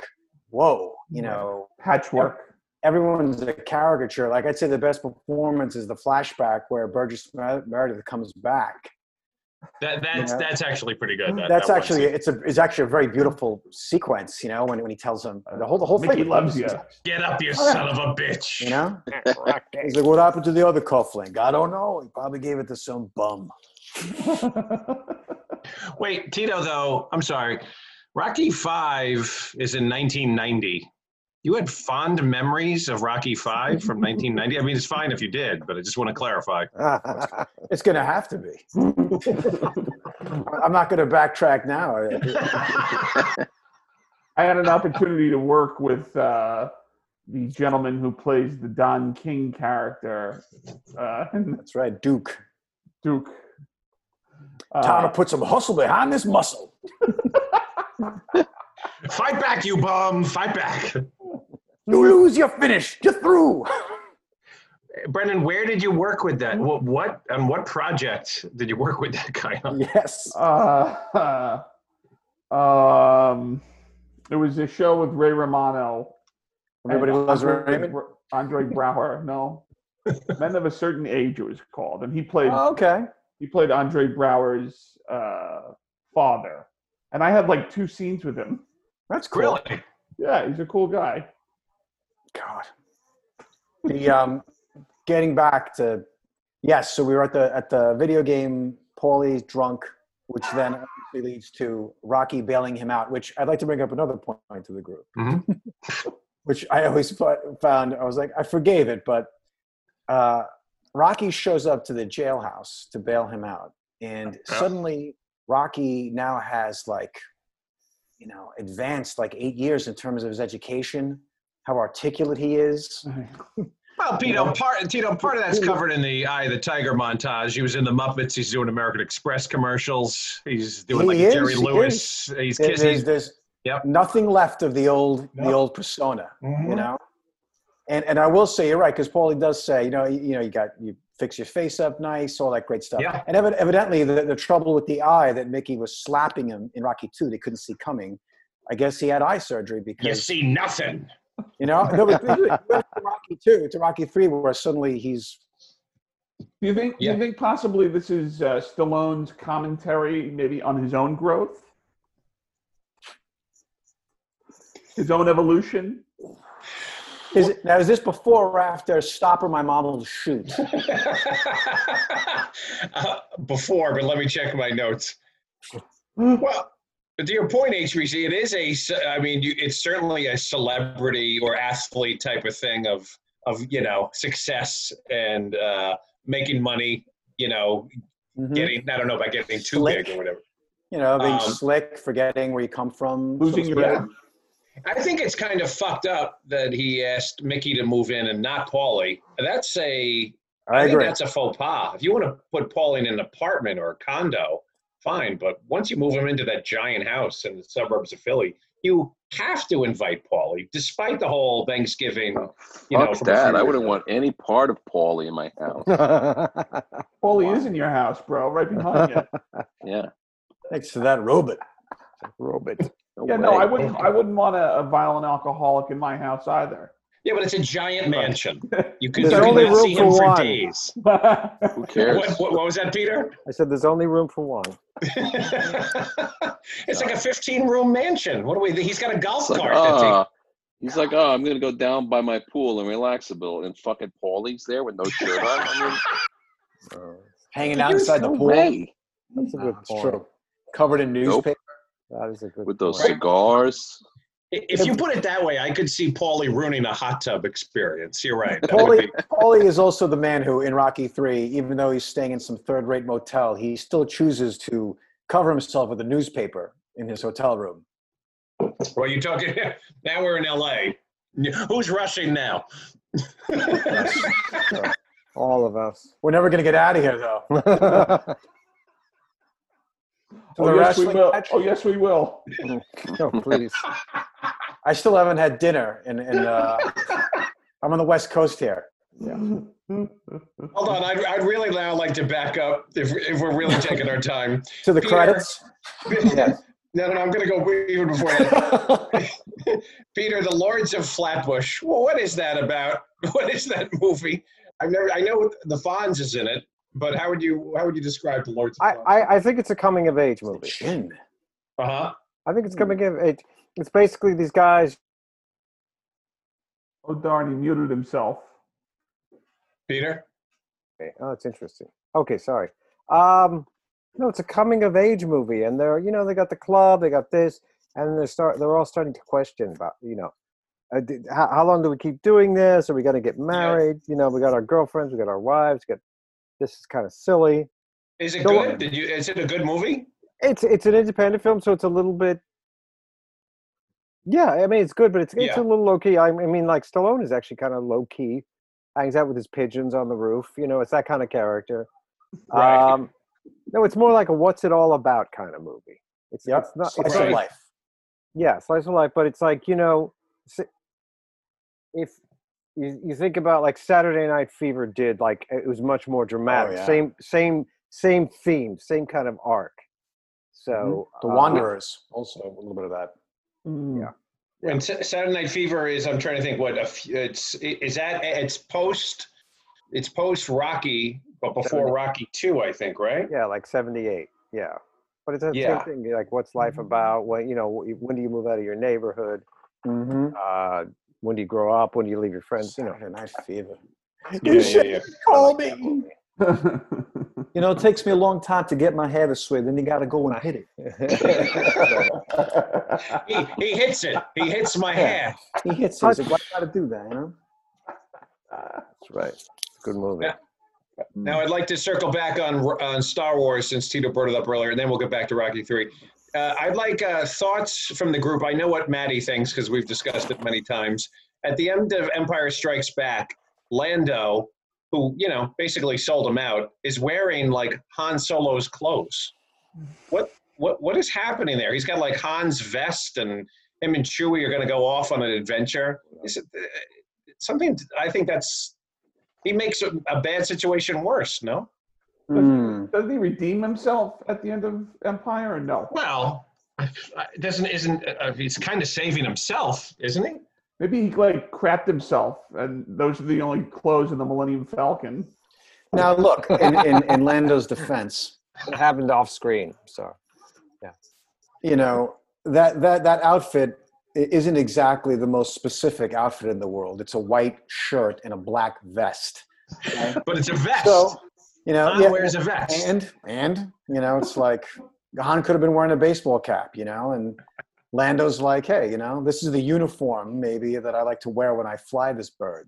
whoa, you
Right.
know,
Patchwork.
everyone's a caricature. Like I'd say the best performance is the flashback where Burgess Mer- Meredith comes back.
That that's
Yeah.
that's actually pretty good. That,
That's
that one
actually
scene.
it's a it's actually a very beautiful sequence, you know, when, when he tells him the whole the whole
Mickey
thing.
loves you.
get up, you
Oh,
son of a bitch.
You know? He's like, What happened to the other cufflink? I don't know. He probably gave it to some bum.
Wait, Tito. Though I'm sorry, Rocky Five is in 1990. You had fond memories of Rocky Five from 1990. I mean, it's fine if you did, but I just want to clarify.
It's gonna have to be. I'm not gonna backtrack now.
I had an opportunity to work with uh, the gentleman who plays the Don King character, uh,
That's right, Duke.
Duke.
Time
Uh,
to put some hustle behind this muscle.
Fight back, you bum! Fight back.
You lose, you're finished. You're through.
Brendan, where did you work with that? What, what on what project did you work with that guy on?
yes.
uh, um, there was a show with Ray Romano. and
Everybody loves
Andre
Raymond.
Br- Andre Brower. No, Men of a Certain Age. It was called, and he played
Oh, okay.
he played Andre Brower's uh, father. And I had like two scenes with him.
That's cool.
Really?
Yeah, he's a cool guy.
God. The um, getting back to yes, so we were at the at the video game. Paulie's drunk, which then obviously leads to Rocky bailing him out. Which I'd like to bring up another point to the group,
Mhm.
which I always fo- found I was like I forgave it, but uh, Rocky shows up to the jailhouse to bail him out, and
Yeah.
suddenly Rocky now has like you know advanced like eight years in terms of his education how articulate he is.
Well, Tito, part Tito, part of that's covered in the Eye of the Tiger montage. He was in the Muppets. He's doing American Express commercials. He's doing like
He is,
Jerry
he
Lewis. He's
There-
kissing.
There's, there's
Yep.
nothing left of the old the
No.
old persona, you
Mhm.
know. And and I will say you're right because Paulie does say you know you, you know you got you fix your face up nice, all that great stuff.
Yeah.
And evi- evidently the, the trouble with the eye that Mickey was slapping him in Rocky Two, they couldn't see coming. I guess he had eye surgery because
You see nothing.
You know, no, but think of it, you went from Rocky two to Rocky three, where suddenly he's
Do you think? Do
Yeah.
you think possibly this is uh, Stallone's commentary, maybe on his own growth, his own evolution?
is it, now is this before or after stop or my mom will shoot?
Uh, Before, but let me check my notes. Well, to your point, HBC, it is a. ce- I mean, you, it's certainly a celebrity or athlete type of thing of of you know success and uh, making money. You know,
Mhm.
getting I don't know about getting too
Slick.
big or whatever.
You know, being
Um,
slick, forgetting where you come from, so to
Losing your
speak.
head?
I think it's kind of fucked up that he asked Mickey to move in and not Paulie. That's a
I
think
agree.
that's a faux pas. If you want to put Paul in an apartment or a condo, fine. But once you move him into that giant house in the suburbs of Philly, you have to invite Paulie, despite the whole Thanksgiving.
Oh,
You know,
Fuck that. I wouldn't want any part of Paulie in my house.
Paulie is in your house, bro, right behind you.
Yeah.
Thanks to that robot.
Robot.
No
yeah, no,
way.
I wouldn't. I wouldn't want a, a violent alcoholic in my house either.
Yeah, but it's a giant mansion. You could
There's
you could
only
not
room
see him
for
for
one.
days.
Oh,
Who cares?
What, what, what was that, Peter?
I said, there's only room for one.
it's like a 15 room mansion. What do we? He's got a golf
It's like,
cart. that takes-
"Ah." he's like, oh, I'm gonna go down by my pool and relax a little. And fucking Paulie's there with no shirt on. I mean,
Uh,
Hanging
there's
out inside the
no
pool.
way.
that's a good
It's
point.
true. Covered in
Nope.
newspaper.
That is a good
With those
point.
cigars.
if you put it that way, I could see Paulie ruining a hot tub experience. You're right. That would
Paulie,
be-
Paulie is also the man who, in Rocky Three, even though he's staying in some third-rate motel, he still chooses to cover himself with a newspaper in his hotel room.
Well, you're talking. Now we're in L.A. Who's rushing now?
All of us.
We're never going to get out of here, though.
oh,
the
yes, we
wrestling
will.
match?
oh yes, we will.
no, please.
I still haven't had dinner, and, and uh, I'm on the West Coast here.
Hold on, I'd, I'd really now like to back up if, if we're really taking our time.
To the
Peter.
credits.
Yes.
No, no, no, I'm going to go even before that. Peter, the Lords of Flatbush. Well, what is that about? What is that movie? I've never. I know the Fonz is in it, but how would you how would you describe the Lords?
I,
of Flatbush?
I, I think it's a coming of age movie.
Gin.
Uh huh.
I think it's coming of age. It's basically these guys.
Oh darn, he muted himself.
Peter.
Okay, Oh, it's interesting. Okay, sorry. Um, no, it's a coming of age movie, and they're you know they got the club, they got this, and they're start they're all starting to question about you know. Uh, did, how, how long do we keep doing this? Are we going to get married? You know, we got our girlfriends, we got our wives. We got this is kind of silly.
Is it
Go on.
good? Did you? Is it a good movie?
It's it's an independent film, so it's a little bit. Yeah, I mean it's good, but it's it's
Yeah.
a little low key. I, I mean, like Stallone is actually kind of low key. Hangs out with his pigeons on the roof. You know, it's that kind of character.
Right.
Um, no, it's more like a "What's it all about" kind of movie. It's
Yep.
it's not
Slice
it's
of
Right.
like-
life.
yeah, slice of life, but it's like you know, s- if you, you think about like Saturday Night Fever did, like it was much more dramatic.
Oh, yeah.
Same same same theme, same kind of arc. So
Mm-hmm. The
uh,
Wanderers. Also, a little bit of that.
Mm.
And Sa- Saturday Night Fever is, I'm trying to think what, a f- it's, i- is that, it's post, it's post Rocky, but before Rocky 2, I think, right?
Yeah, like seventy-eight. Yeah, but it's the
Yeah.
same thing. Like, what's life about? When you know, wh- when do you move out of your neighborhood?
Mm-hmm.
Uh, when do you grow up? When do you leave your friends? You know,
Saturday Night Fever.
Yeah, yeah, yeah.
call
that
me.
movie.
You know, it takes me a long time to get my hair to sway. Then you got to go and hit it.
He, he hits it. He hits my hair.
He hits it. Why got to do that? You know.
That's right. It's a good movie.
Yeah. Now, I'd like to circle back on, R- on Star Wars since Tito brought it up earlier, and then we'll get back to Rocky 3. Uh, I'd like uh, thoughts from the group. I know what Maddie thinks because we've discussed it many times. at the end of Empire Strikes Back, Lando, who you know basically sold him out, is wearing like Han Solo's clothes. What what what is happening there? He's got like Han's vest, and him and Chewie are going to go off on an adventure. Is it, uh, something I think that's he makes a, a bad situation worse. No,
Mm.
Doesn't he redeem himself at the end of Empire or no?
well, I- I- doesn't isn't uh, he's kind of saving himself, isn't he?
Maybe he like crapped himself, and those are the only clothes in the Millennium Falcon.
Now look, in, in, in Lando's defense,
It happened off screen, so
you know that that that outfit i- isn't exactly the most specific outfit in the world. It's a white shirt and a black vest.
But it's a vest.
So you know,
Han
yeah,
wears a vest.
and and you know, it's like Han could have been wearing a baseball cap, you know, and Lando's like, hey, you know, this is the uniform maybe that I like to wear when I fly this bird.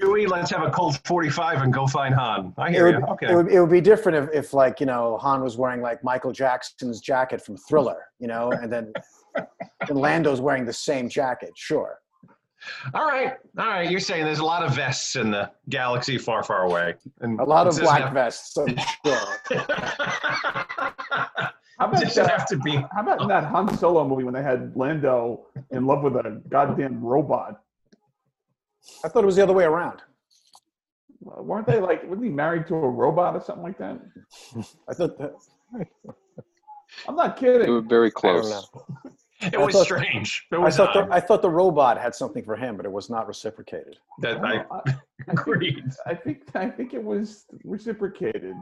Chewie, let's have a cold forty-five and go find Han. I
It
hear
would,
you. Okay.
it would it would be different if, if like you know Han was wearing like Michael Jackson's jacket from Thriller, you know, and then and Lando's wearing the same jacket. Sure,
All right, all right. You're saying there's a lot of vests in the galaxy far, far away, and
a lot
it
of
doesn't
black
have-
vests. I'm sure.
How
It
about
doesn't
that?
have to be.
How about in that Han Solo movie when they had Lando in love with a goddamn robot?
I thought it was the other way around.
Weren't they like? Wasn't he married to a robot or something like that?
I thought that,
I'm not
They were
kidding.
very
I don't
close.
know.
It
I
was
thought-
strange. It
I
was um,
thought the,
odd
I thought the robot had something for him, but it was not reciprocated.
that I
I,
agreed.
I think I think it was reciprocated.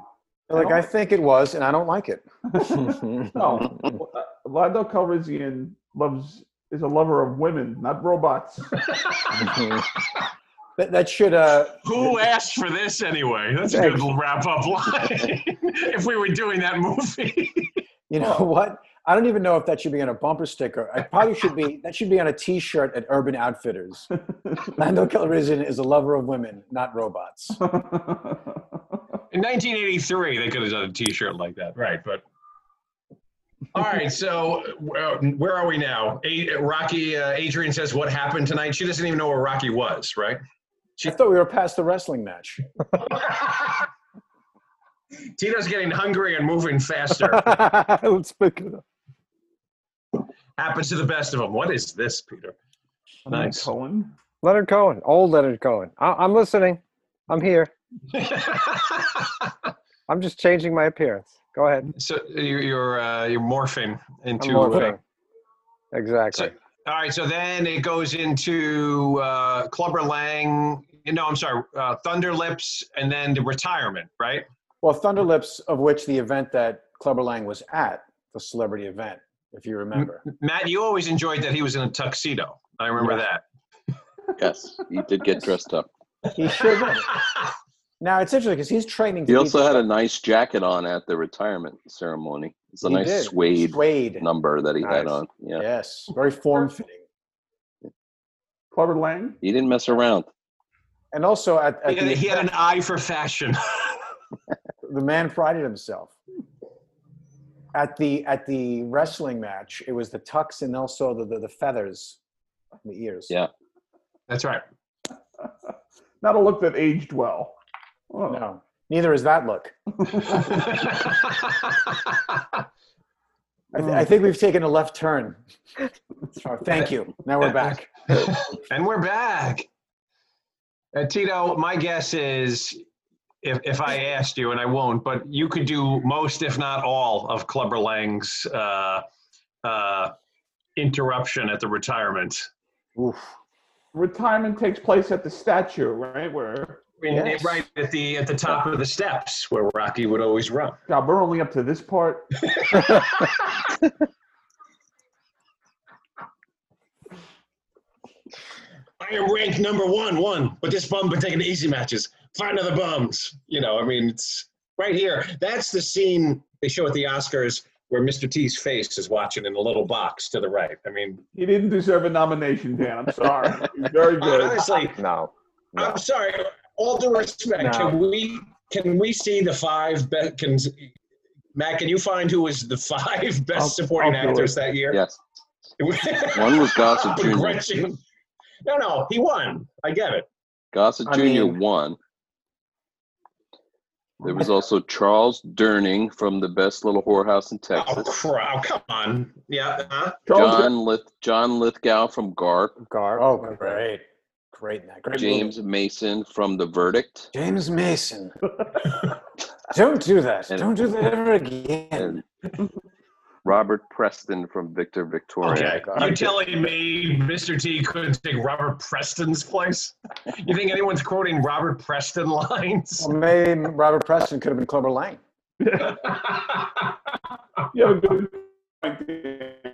Like
don't-
I think it was, and I don't like it.
No, uh, Lando Calrissian loves is a lover of women, not robots.
That, that should uh,
Who asked for this anyway? That's a good wrap up line. if we were doing that movie,
you know what? I don't even know if that should be on a bumper sticker. I probably should be. That should be on a T-shirt at Urban Outfitters. Lando Calrissian is a lover of women, not robots.
in 1983, they could have done a t shirt like that. Right. But all right. So uh, where are we now? A- Rocky, uh, Adrian says, What happened tonight? She doesn't even know where Rocky was, right?
I thought we were past the wrestling match.
Tito's getting hungry and moving faster.
Let's pick it up.
Happens to the best of them. What is this, Peter? Nice.
Cohen.
Leonard Cohen, old Leonard Cohen. I- I'm listening. I'm here. I'm just changing my appearance. Go ahead.
so you're you're, uh, you're morphing
I'm
into. uh,
morphing. Exactly.
so- all right, so then it goes into uh, Clubber Lang. No, I'm sorry, uh, Thunder Lips, and then the retirement, right?
Well, Thunderlips, of which the event that Clubber Lang was at, the celebrity event, if you remember.
Matt, you always enjoyed that he was in a tuxedo. I remember
Yes, he did get dressed up.
He should.
that.
Now it's interesting because he's training. To
He
be
also had a nice jacket on at the retirement ceremony. It's a
He
nice
did.
suede
Suede.
number that he had
Nice.
on. Yeah.
Yes, very form fitting.
Clever Lang.
he didn't mess around.
And also at, at
he, had,
the,
he had an eye for fashion.
the man prided himself. At the at the wrestling match, it was the tux and also the the, the feathers, in the ears.
Yeah.
That's right.
Not a look that aged well. Oh.
No, neither is that look. I, th- I think we've taken a left turn. Oh, Thank you. Now we're back.
and we're back. Uh, Tito, my guess is if, if I asked you, and I won't, but you could do most, if not all, of Clubber Lang's uh, uh, interruption at the retirement.
Oof.
Retirement takes place at the statue, right? Where
In-
Yes.
Right at the at the top of the steps where Rocky would always run.
God, we're only up to this part.
I am ranked number one, one, but this bum been taking the easy matches. Find other bums. You know, I mean, it's right here. That's the scene they show at the Oscars where Mr. T's face is watching in a little box to the right. I mean,
He didn't deserve a nomination, Dan. I'm sorry. He's very good.
honestly,
No. No.
I'm sorry. All due respect, can we can we see the five best? Can Matt? Can you find who was the five best supporting
I'll do
actors that year?
Yes. One was Gossip Jr.
Begrudging- No, no, he won. I get it.
Gossett
I
Jr.
mean-
won. There was also Charles Durning from the best little whorehouse in
Oh,
Texas.
crap. come on. Yeah. uh-huh. huh?
Charles,
John Lith- John Lithgow from GARP.
Gar.
Oh, great. Great. great
James Mason from The Verdict.
James Mason. Don't do that.
And-
Don't do that ever again.
And Robert Preston from Victor Victoria.
Okay. You telling me Mr. T couldn't take Robert Preston's place? You think anyone's quoting Robert Preston lines?
Well, maybe Robert Preston could have been Clover Lang.
you have a good point. Dan.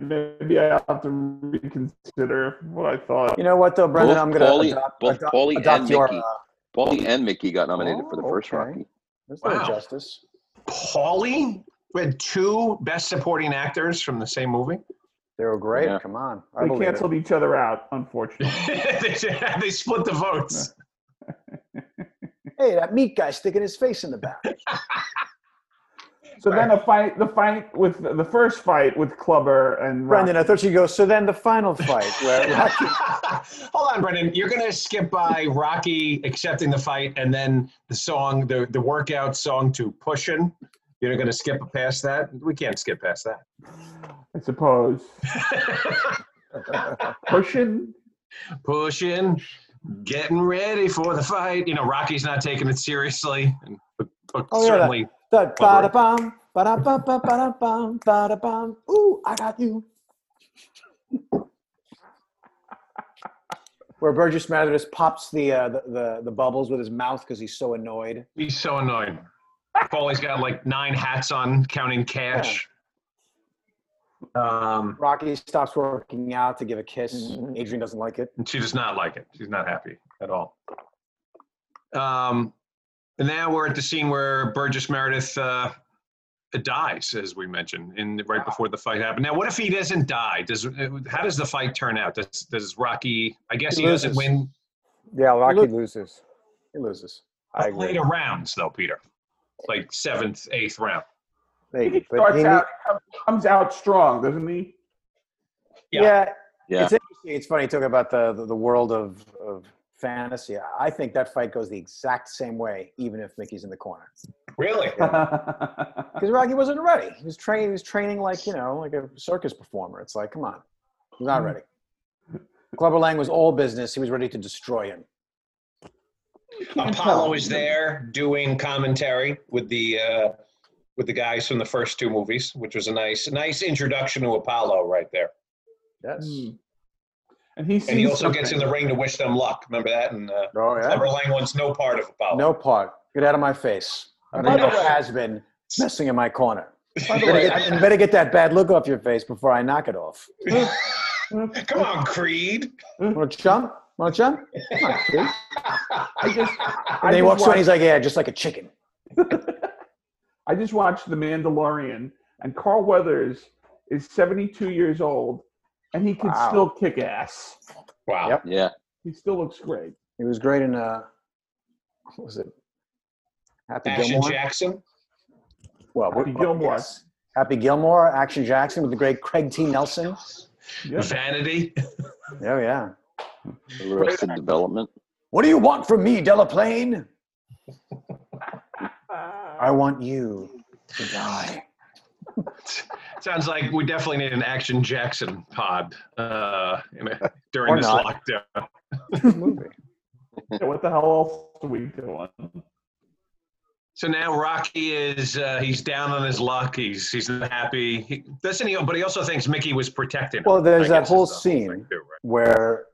Maybe I have to reconsider what I thought.
You know what, though, Brendan?
Both
I'm going
Paulie-
to adopt,
both
adopt,
Paulie
adopt
and
your.
Mickey.
Uh,
Paulie and Mickey got nominated for the
Oh,
first
okay.
Rocky.
there's
Wow.
no justice.
Paulie? We had two best supporting actors from the same movie.
They were great.
Yeah.
Come on. I
They
believe it.
canceled each other out, unfortunately.
they, they split the votes.
Hey, that meat guy sticking his face in the back.
So then a fight, the fight with the first fight with Clubber and
Brendan, I
Rocky.
thought you go. So then the final fight where Rocky,
Hold on, Brendan. You're gonna skip by Rocky accepting the fight and then the song, the the workout song to Pushin. You're gonna skip past that. We can't skip past
I suppose
that.
pushing.
Pushin, getting ready for the fight. You know, Rocky's not taking it seriously, but, but
Oh, yeah, that-
certainly
that ba da bum, ba da bum, ba da bum, ba da bum. Ooh, I got you. Where Burgess Mathers pops the, uh, the the the bubbles with his mouth because he's so annoyed.
he's so annoyed. Paulie's got like nine hats on, counting cash. Um,
Rocky stops working out to give a kiss. Adrian doesn't like it.
And she does not like it. She's not happy at all. Um, and now we're at the scene where Burgess Meredith uh, dies, as we mentioned, in right before the fight happened. Now, what if he doesn't die? Does uh, how does the fight turn out? Does does Rocky? I guess
He
he, doesn't
loses.
win
Yeah, Rocky
Look-
loses.
He loses.
I agree.
later rounds, though, Peter. Like seventh, eighth round.
Maybe,
He
but
starts
he,
out, comes out strong, doesn't he?
Yeah.
Yeah.
Yeah.
It's interesting. It's funny talking about the, the, the world of, of fantasy. I think that fight goes the exact same way, even if Mickey's in the corner.
Really?
Because Rocky wasn't ready. He was training. He was training like you know, like a circus performer. It's like, come on, he's
Hmm.
not ready. Clubber Lang was all business. He was ready to destroy him.
Apollo is there doing commentary with the uh, with the guys from the first two movies, which was a nice nice introduction to Apollo right there.
Yes.
Hmm. and he sees
And he also gets in
something.
the ring to wish them luck. Remember that? And uh,
Oh
Clever
yeah.
Lang wants no part of Apollo.
No part. Get out of my face.
don't
Another
know.
has been messing in my corner.
By the
You better,
way,
get, you better get that bad look off your face before I knock it off.
I- come on, Creed.
Want to jump? Want to jump? Come on, kid.
I just,
And
I
then he
just
walks away.
watched,
and he's like, "Yeah, just like a chicken."
I just watched The Mandalorian, and Carl Weathers is 72 years old, and he can
Wow.
still kick ass.
Wow.
Yep.
Yeah.
He still looks great.
He was great in uh, what was it? Happy
Action
Gilmore.
Jackson.
well,
Happy
well,
Gilmore.
yes. Happy Gilmore, Action Jackson with the great Craig T. Nelson.
Yeah.
Vanity.
Oh yeah.
Arrested Development.
What do you want from me, Delaplane? I want you to die.
Sounds like we definitely need an Action Jackson pod uh, in a, during
Or
this
not.
lockdown.
Movie.
Yeah, what the hell else are we doing?
So now Rocky is uh, he's down on his luck. He's he's not happy. He, doesn't he? But he also thinks Mickey was protecting him.
Well, there's
I
that
guess
whole
is the thing
scene.
too, right?
Where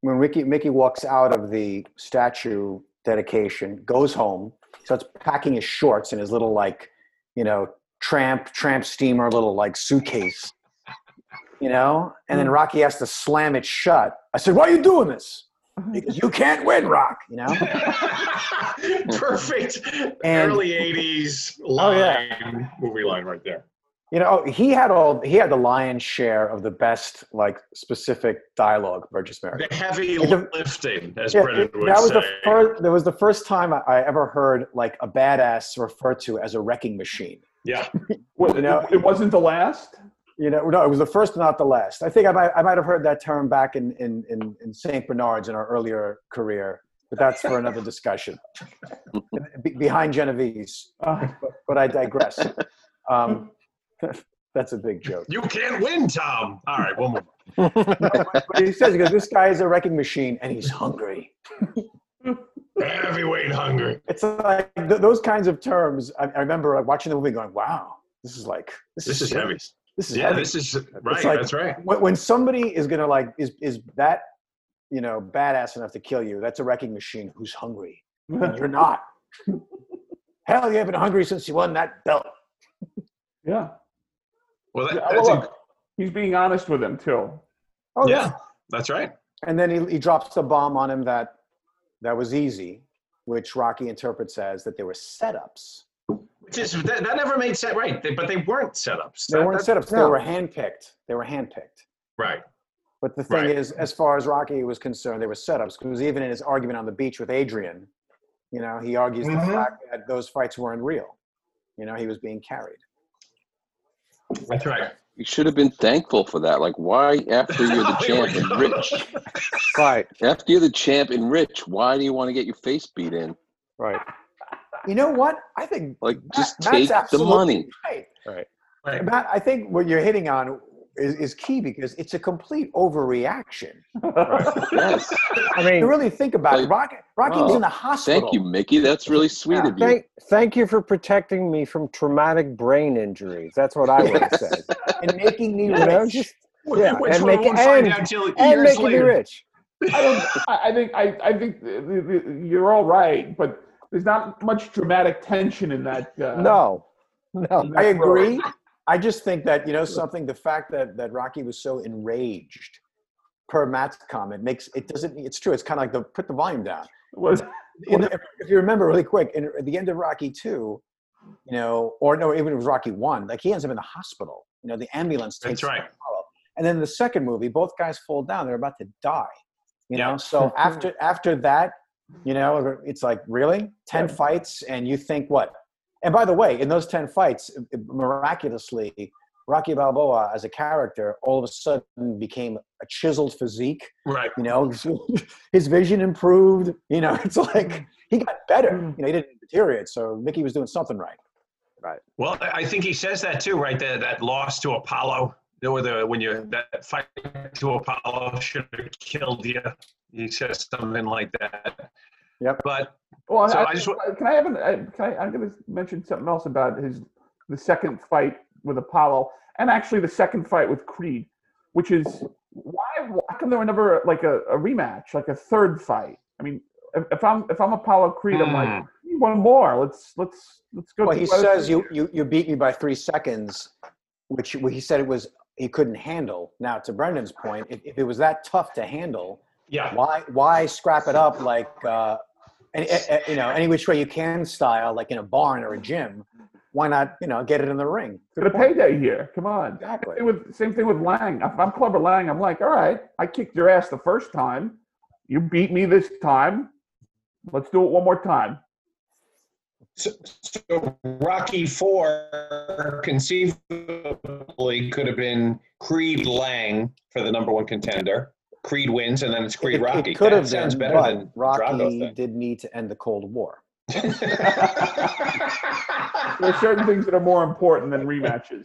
when Mickey Mickey walks out of the statue dedication, goes home, starts packing his shorts in his little like, you know, tramp tramp steamer little like suitcase. You know? And then Rocky has to slam it shut. I said, Why are you doing this? Because you can't win, Rock, you know?
Perfect
And-
early '80s
Oh,
line,
yeah.
movie line right there.
You know, oh, he had all he had the lion's share of the best, like specific dialogue, Burgess Meredith.
The heavy
Like the-
lifting, as
Yeah,
Brennan
it-
would
that was
say.
the first. That was the first time I, I ever heard like a badass referred to as a wrecking machine.
yeah,
What,
You know-
it wasn't the last?
You know, no, it was the first, not the last. I think I might, I might have heard that term back in, in, in, in St. Bernard's in our earlier career, but that's for another discussion. Be- behind Genovese,
Uh,
but, but I digress. Um, that's a big joke.
You can't win, Tom. All right, we'll move. on.
But he says, because this guy is a wrecking machine and he's hungry.
Heavyweight hungry.
It's like th- those kinds of terms. I, I remember like, watching the movie going, wow, this is like, this,
This is heavy.
serious. This is
Yeah,
heavy.
this is right.
like-
that's right.
when, when somebody is gonna like is is that you know badass enough to kill you that's a wrecking machine who's hungry
Hmm.
And you're not hell you haven't been hungry since you won that belt
yeah.
Well, that,
Yeah,
that's
well,
a,
look, he's being honest with him too.
oh
yeah, that's right.
and then he, he drops the bomb on him that that was easy which rocky interprets as that they were setups
Which is that, that never made sense, right? They, but they weren't setups.
they
That-
weren't
that-
setups they
no.
were handpicked they were handpicked
right.
But the thing
Right.
is, as far as Rocky was concerned, there were setups because even in his argument on the beach with Adrian, you know, he argues
Mhm.
the fact that those fights weren't real. You know, he was being carried.
That's right.
You should have been thankful for that. Like, why after you're the
Here we
champ and
go.
rich,
Right,
after you're the champ and rich, why do you want to get your face beat in?
right.
You know what? I think
Like,
Matt-
just
Matt's
take the
absolutely
money.
Right.
Right.
Matt, I think what you're hitting on is, is key because it's a complete overreaction.
Yes.
I
You
mean,
really think about it.
Like,
Rocky, Rocky was
wow.
in the hospital.
Thank you, Mickey. That's really sweet of you.
thank, thank you for protecting me from traumatic brain injuries. That's what I would have said.
And making me
You know,
rich.
just Yeah,
Which
and
one
make-
won't find
and-
out till
and
years
make me
later.
rich.
I don't. I I think. I. I think the, the, the, you're all right, but there's not much dramatic tension in that. Uh,
No, no.
in that
I
throw.
agree. I just think that you know something. The fact that that Rocky was so enraged, per Matt's comment, makes it doesn't. It's true. It's kind of like the put the volume down.
Was
In- if, if you remember really quick, in, at the end of Rocky two, you know, or no, even if it was Rocky one, like he ends up in the hospital. You know, the ambulance takes.
That's right.
And then the second movie, both guys fall down. They're about to die. You
Yeah.
know, so after after that, you know, it's like really ten
Yeah.
fights, and you think what? And by the way, in those ten fights, miraculously, Rocky Balboa as a character all of a sudden became a chiseled physique.
Right.
You know, his vision improved. You know, it's like he got better. You know, he didn't deteriorate. So Mickey was doing something right.
Well, I I think he says that too, right? That that loss to Apollo, the, the, when you that fight to Apollo should have killed you. He says something like that.
Yep.
But
well.
So
I,
I just wa-
can I have an? I- Can I, I'm going to mention something else about his the second fight with Apollo, and actually the second fight with Creed, which is why? How come there were never like a, a rematch, like a third fight? I mean, if, if I'm if I'm Apollo Creed, I'm like
Hmm.
"Need one more. Let's let's let's go.
Well, he
let's-
says you, you you beat me by three seconds, which he said it was he couldn't handle. Now, to Brendan's point, if, if it was that tough to handle,
yeah,
why why scrap it up like uh, any, eh, eh, you know any which way you can style, like in a barn or a gym? Why not you know get it in the ring?
Got a payday here. Come on.
Exactly.
Same, with, same thing with Lang. If I'm Clubber Lang, I'm like, all right, I kicked your ass the first time. You beat me this time. Let's do it one more time.
so, so Rocky Four conceivably could have been Creed Lang for the number one contender. Creed wins, and then it's Creed
It-
Rocky.
It could
That
have
sounds
been,
better
but
than Drago's
Rocky
thing.
did need to end the Cold War.
There are certain things that are more important than rematches.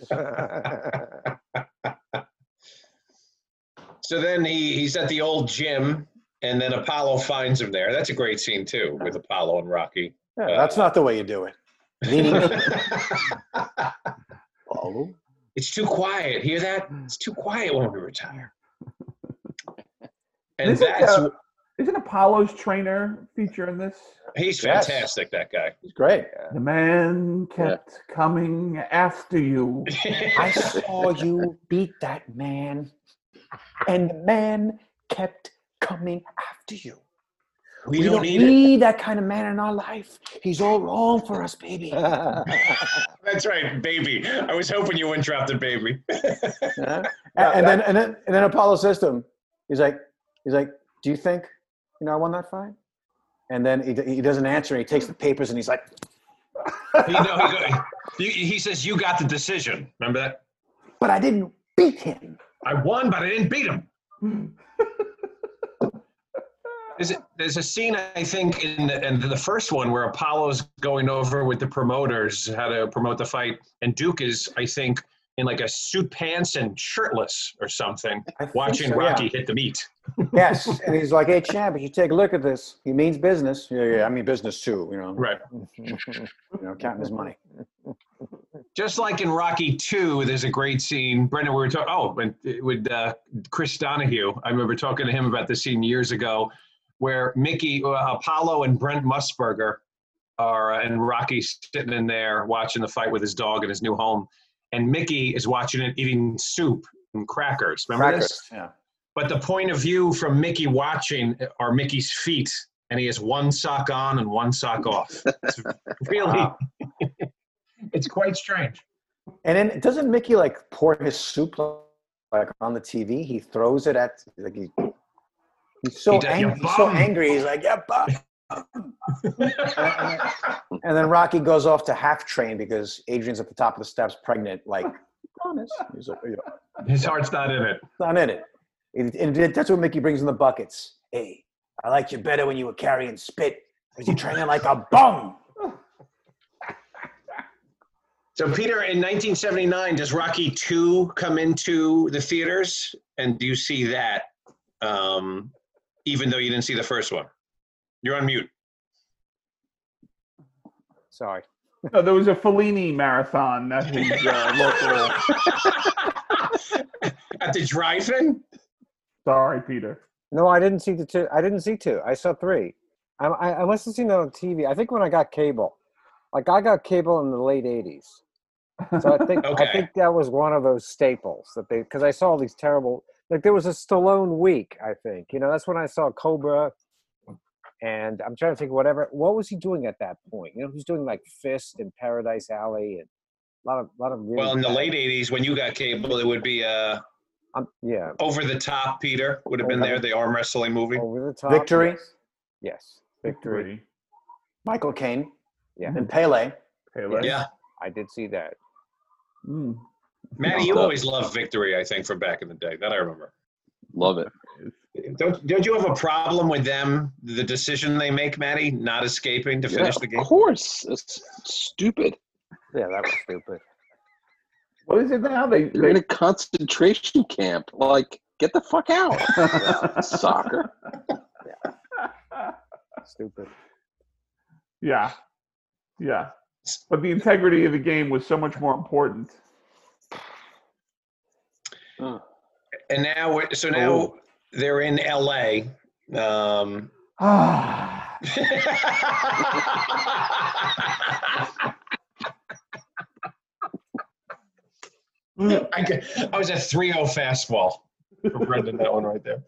so then he, he's at the old gym, and then Apollo finds him there. That's a great scene too with Apollo and Rocky.
Yeah, that's not the way you do it. Leaning Apollo.
it's too quiet. Hear that? It's too quiet when we retire. And
Isn't,
that's
uh, isn't Apollo's trainer feature in this?
he's
Yes.
fantastic. That guy.
It's great.
The man kept coming after you.
I saw you beat that man, and the man kept coming after you.
we,
We
don't,
don't
need it.
need that kind of man in our life. He's all wrong for us, baby.
That's right, baby. I was hoping you wouldn't drop the baby.
and, and then and then and then Apollo says to him, he's like, he's like, do you think, you know, I won that fight? And then he, d- he doesn't answer. And he takes the papers and he's like,
You know, he, go- he, he says you got the decision. Remember that?
but I didn't beat him. Hmm.
I won, but I didn't beat him. There's a, there's a scene I think in the, in the first one where Apollo's going over with the promoters how to promote the fight, and Duke is I think in like a suit pants and shirtless or something,
I think
watching
so, yeah.
Rocky hit the meat.
yes, and he's like, "Hey, champ, if you take a look at this, he means business." Yeah, yeah, I mean business too. You know,
Right.
you know, counting his money.
Just like in Rocky Two, there's a great scene. Brendan, we were talking. Oh, and with uh, Chris Donahue, I remember talking to him about this scene years ago, where Mickey uh, Apollo and Brent Musburger are uh, and Rocky sitting in there watching the fight with his dog in his new home, and Mickey is watching it eating soup and crackers. Remember this?
Yeah.
But the point of view from Mickey watching uh, are Mickey's feet, and he has one sock on and one sock off. It's really,
Wow.
it's quite strange.
And then doesn't Mickey like pour his soup like on the TV? He throws it at like he, he's so
He does, "You
angry. He's so
bum."
angry. He's like, "Yeah, bum."
yeah,
And then Rocky goes off to half train because Adrian's at the top of the steps, pregnant. Like, promise. He's like, you know,
his heart's not in it.
it's not in it. And- And that's what Mickey brings in the buckets. Hey, I liked you better when you were carrying spit. Was you training like a bum?
So, Peter, in 1979, does Rocky II come into the theaters, and do you see that? Um, even though you didn't see the first one, you're on mute.
Sorry.
No, there was a Fellini marathon at his uh, local.
At the drive-in,
Sorry, Peter.
No, I didn't see the two. I didn't see two. I saw three. I, I, I must have seen it on TV. I think when I got cable, like I got cable in the late '80s. So I think
Okay.
I think that was one of those staples that they because I saw all these terrible like there was a Stallone week. I think you know that's when I saw Cobra, and I'm trying to think whatever. What was he doing at that point? You know, he was doing like Fist and Paradise Alley and a lot of lot of really
well, in the
bad-
late '80s, when you got cable, it would be uh,
um, yeah
over the top. Peter would have been there. The arm wrestling movie.
over the top
Victory.
Oh, Yes, victory.
Victory.
Michael Caine.
Yeah.
And Pele.
Pele.
Yeah,
I did see that.
Mm.
Matty, you always loved Victory. I think from back in the day. That I remember.
Love it.
Don't, don't you have a problem with them, the decision they make, Matty, not escaping to finish
Yeah,
the game?
Of course. It's stupid.
Yeah, that was stupid.
What is it now? They,
You're in a
they
concentration camp. Like, get the fuck out. Soccer.
Stupid.
yeah, yeah. But the integrity of the game was so much more important.
Ugh.
And now, we're- so now
Oh.
they're in LA. Um,
Ah,
I, g- I was at 3 0 fastball from Brendan, that one right there.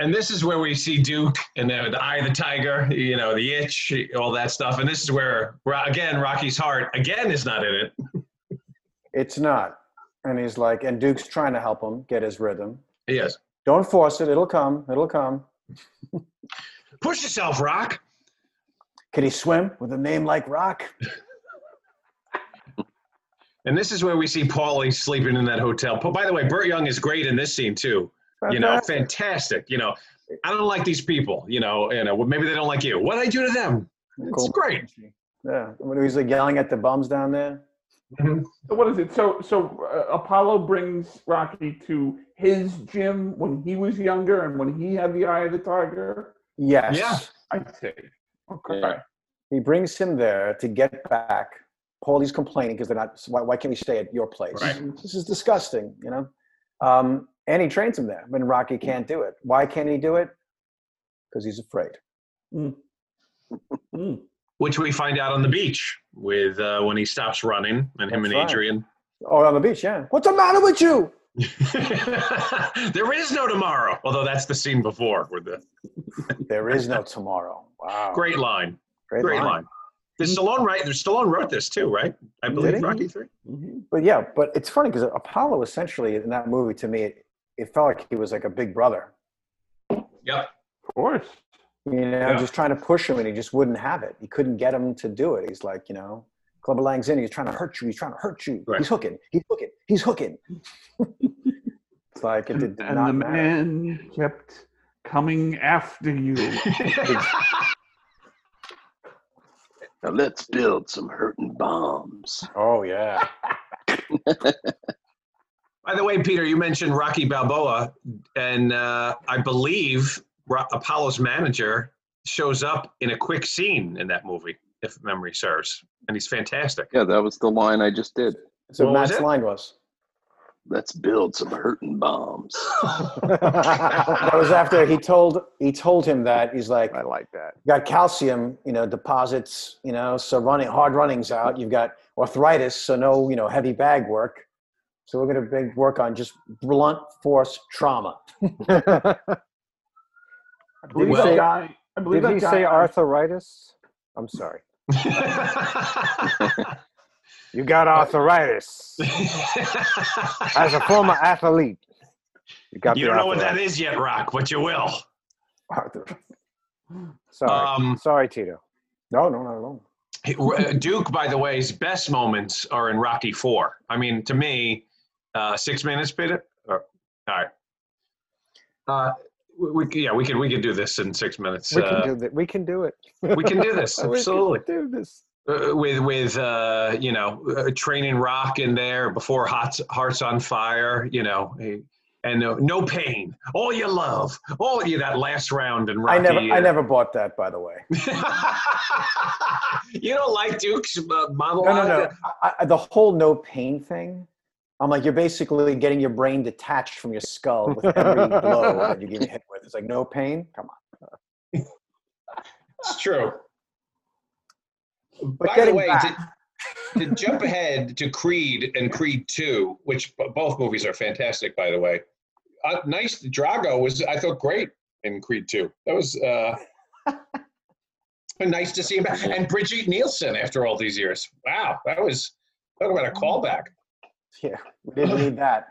And this is where we see Duke and then the eye of the tiger, you know, the itch, all that stuff. And this is where, Ro- again, Rocky's heart again is not in it.
It's not. And he's like, and Duke's trying to help him get his rhythm.
Yes.
Don't force it. It'll come. It'll come.
Push yourself, Rock.
Can he swim with a name like Rock?
And this is where we see Paulie sleeping in that hotel. But by the way, Burt Young is great in this scene too. You know, fantastic. You know, I don't like these people. You know, you know, well, maybe they don't like you. What did I do to them? It's
Cool.
great.
Yeah. When he's like yelling at the bums down there.
so what is it? So, so uh, Apollo brings Rocky to his gym when he was younger and when he had the eye of the tiger.
Yes.
Yeah.
I see. Okay.
Yeah.
He brings him there to get back. Paulie's complaining because they're not. Why, why can't we stay at your place?
Right.
This is disgusting, you know. Um, and he trains him there when Rocky can't do it. Why can't he do it? Because he's afraid.
Mm.
Which we find out on the beach with uh, when he stops running and him
That's
and
right.
Adrian.
Or Oh, on the beach, yeah. What's the matter with you?
there is no tomorrow. Although that's the scene before with the
There is no tomorrow. Wow.
great line.
Great,
Great line. Did Stallone write? Stallone wrote this too, right? I
he?
believe Rocky Three.
But yeah, but it's funny because Apollo essentially in that movie to me, it, it felt like he was like a big brother.
Yep.
Of course.
You know,
Yeah.
just trying to push him, and he just wouldn't have it. He couldn't get him to do it. He's like, you know, Clubber Lang's in. He's trying to hurt you. He's trying to hurt you.
Right.
He's hooking. He's hooking. He's hooking. it's like it did
And, and
not
the
matter.
man kept coming after you.
Now let's build some hurting bombs.
Oh yeah.
By the way, Peter, you mentioned Rocky Balboa, and uh, I believe Ro- Apollo's manager shows up in a quick scene in that movie, if memory serves, and he's fantastic.
Yeah, that was the line I just did.
So
What was
Matt's
it?
line was.
Let's build some hurting bombs.
that was after he told he told him that he's like
I like that.
got calcium, you know, deposits, you know, so running hard runnings out. You've got arthritis, so no, you know, heavy bag work. So we're going to big work on just blunt force trauma.
I believe
Well-
that guy. I believe
Did
that
he
guy.
say arthritis? I'm sorry. You got arthritis. Uh, As a former athlete, you got
you
the
don't know what that
arthritis.
is yet, Rock, but you will.
Arthur.
Sorry,
Um,
sorry, Tito.
No, no, not at all.
Duke, by the way, his best moments are in Rocky Four. I mean, to me, uh, six minutes, Peter. Or- all right. Uh, we, we- yeah, we could we could do this in six minutes.
We
uh,
can do that. We can do it.
we can do this
We can
absolutely.
do this.
Uh, with with uh, you know uh, training rock in there before hearts hearts on fire you know eh, and uh, no pain all your love all you that last round and rocky
I never, I
uh,
never bought that, by the way.
you don't like duke's uh,
No, no,
monologue
no. I, I, the whole no pain thing. I'm like, you're basically getting your brain detached from your skull with every blow that you get hit with. It's like no pain. Come on.
it's true
But
by the
getting
way
back-
to, to jump ahead to creed and creed 2 which b- both movies are fantastic by the way uh, nice drago was i thought great in creed 2 that was uh nice to see him back. and bridget nielsen after all these years wow that was talk about a
Mm-hmm.
callback
Yeah, we didn't need that.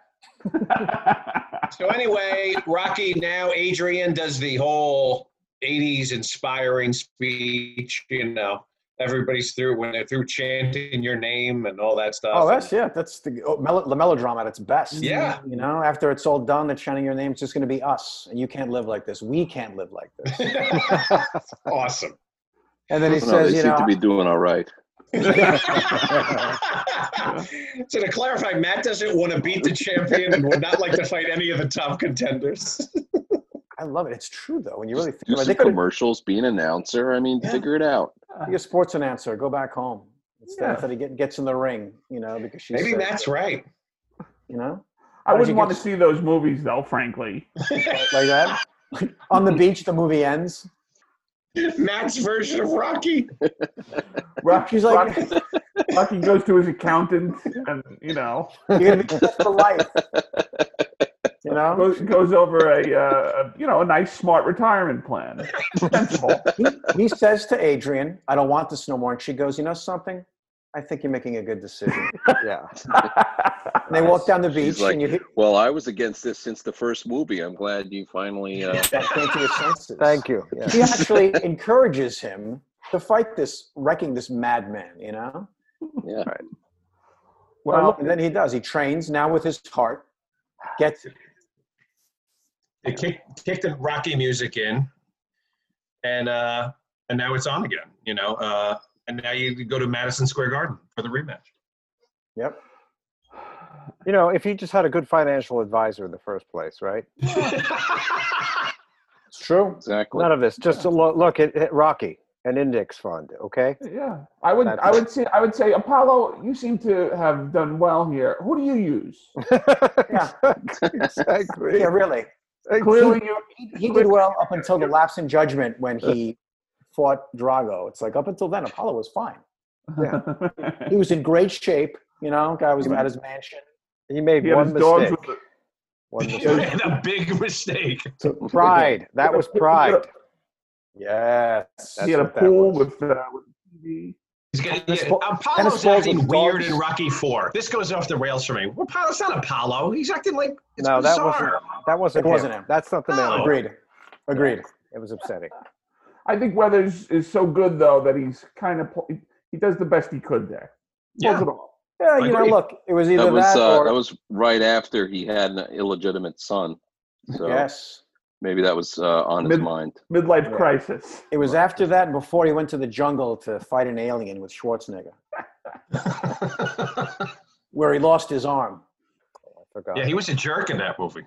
so anyway rocky now adrian does the whole 80s inspiring speech you know everybody's through when they're through chanting your name and all that stuff
Oh, that's yeah. That's the, oh, mel- the melodrama at its best.
Yeah.
You know, after it's all done, the chanting your name is just going to be us, and you can't live like this. We can't live like this.
awesome.
And then he
Oh, No, they
says, you
seem to
know,
be doing all right.
so to clarify, Matt doesn't want to beat the champion and would not like to fight any of the top contenders.
I love it. It's true though. When you really think
Do
about it, they
some
could
commercials, be an announcer. I mean,
Yeah.
figure it out.
be a sports announcer. Go back home instead.
Yeah.
Instead, he get, gets in the ring. You know, because she's
Maybe
so-
Matt's right.
You know,
I
How'd you
wouldn't want
get-
to see those movies though, frankly.
like that. On the beach, the movie ends.
Matt's version of Rocky.
Rocky,
She's like-
Rocky, Rocky goes to his accountant, and you know,
You're gonna be kissed for life. You know,
goes, goes over a, uh, a you know a nice smart retirement plan. Sensible.
he, he says to Adrian, "I don't want this no more," and she goes, "You know something." I think you're making a good decision.
Yeah.
And they walk down the
She's
beach,
like,
and you hit,
Well, I was against this since the first movie. I'm glad you finally. Uh,
that came to your senses.
Thank you. Yeah.
She actually encourages him to fight this, wrecking this madman, you know?
yeah,
Well,
Well,
and then he does. He trains now with his heart, gets
They kick kick the Rocky music in, and uh, and now it's on again. You know, uh, and now you go to Madison Square Garden for the rematch.
You know, if you just had a good financial advisor in the first place, right?
it's true.
exactly.
None of this. Just a lo- look at, at Rocky, an index fund. Okay.
yeah, I would I would say I would say Apollo, you seem to have done well here. Who do you use?
exactly.
Yeah, really.
Clearly, you
He, he did well up until the lapse in judgment when he fought Drago. It's like up until then, Apollo was fine. He was in great shape, you know, guy was at his mansion.
He made
He had
one
his dogs
mistake.
with the-
One mistake.
and a big mistake.
Pride. That was pride.
Yes.
he had a
what that
pool
was.
with, uh, with TV.
He's got,
Tennis
yeah,
ball- tennis
Apollo's
balls
acting
with
weird
dogs.
in Rocky Four. This goes off the rails for me. Well, Apollo's not Apollo. He's acting like it's
no, that wasn't.
bizarre.
That wasn't.
It wasn't
him.
him.
That's not the man. I
No.
wanted.
Agreed. Agreed.
It was upsetting.
I think Weathers is so good though that he's kind of he does the best he could there.
Yeah.
Was it all? Yeah, you know,
Agreed.
look, it was either
That
that,
was uh,
or
that was right after he had an illegitimate son, so
yes,
maybe that was uh, on his
Mid-
mind.
Midlife
Yeah.
crisis.
it was after that and before he went to the jungle to fight an alien with Schwarzenegger, where he lost his arm.
I forgot.
yeah, he was a jerk in that movie.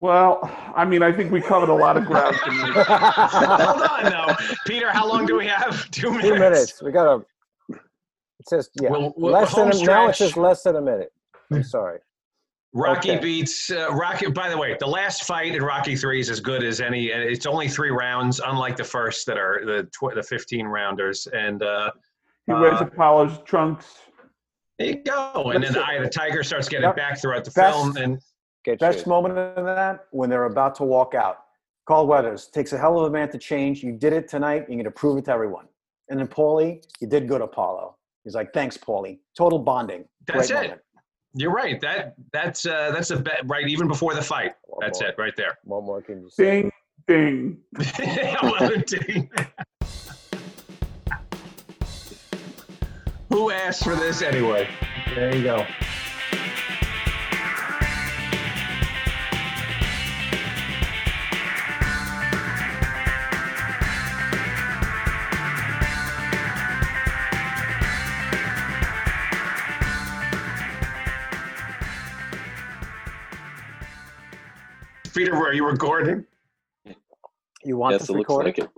Well, I mean, I think we covered a lot of ground. tonight.
Hold on now, Peter. How long do we have? Two minutes.
Two minutes. We got a. It says yeah.
We'll- we'll-
less than
home
a, now. It
stretch.
says less than a minute.
Hmm.
I'm sorry.
Rocky
Okay.
beats uh, Rocky. By the way, the last fight in Rocky Three is as good as any, and it's only three rounds, unlike the first that are the tw- the fifteen rounders. And uh,
he wears
Uh,
Apollo's trunks.
there you go. And then the Eye of the Tiger starts getting
Yep.
back throughout the
That's-
film, and
Get
Best
you.
moment of that when they're about to walk out. Carl Weathers takes a hell of a man to change. You did it tonight. You're going to prove it to everyone. And then Paulie, you did good, Apollo. He's like, thanks, Paulie. Total bonding.
That's
Great
it.
moment.
you're right. That that's uh, that's a bet right even before the fight.
One
That's
more.
it right there.
One more can you say?
Ding, ding.
Who asked for this anyway?
There you go.
Peter, are you recording?
You want
yes,
this
it looks
recorded?
like it.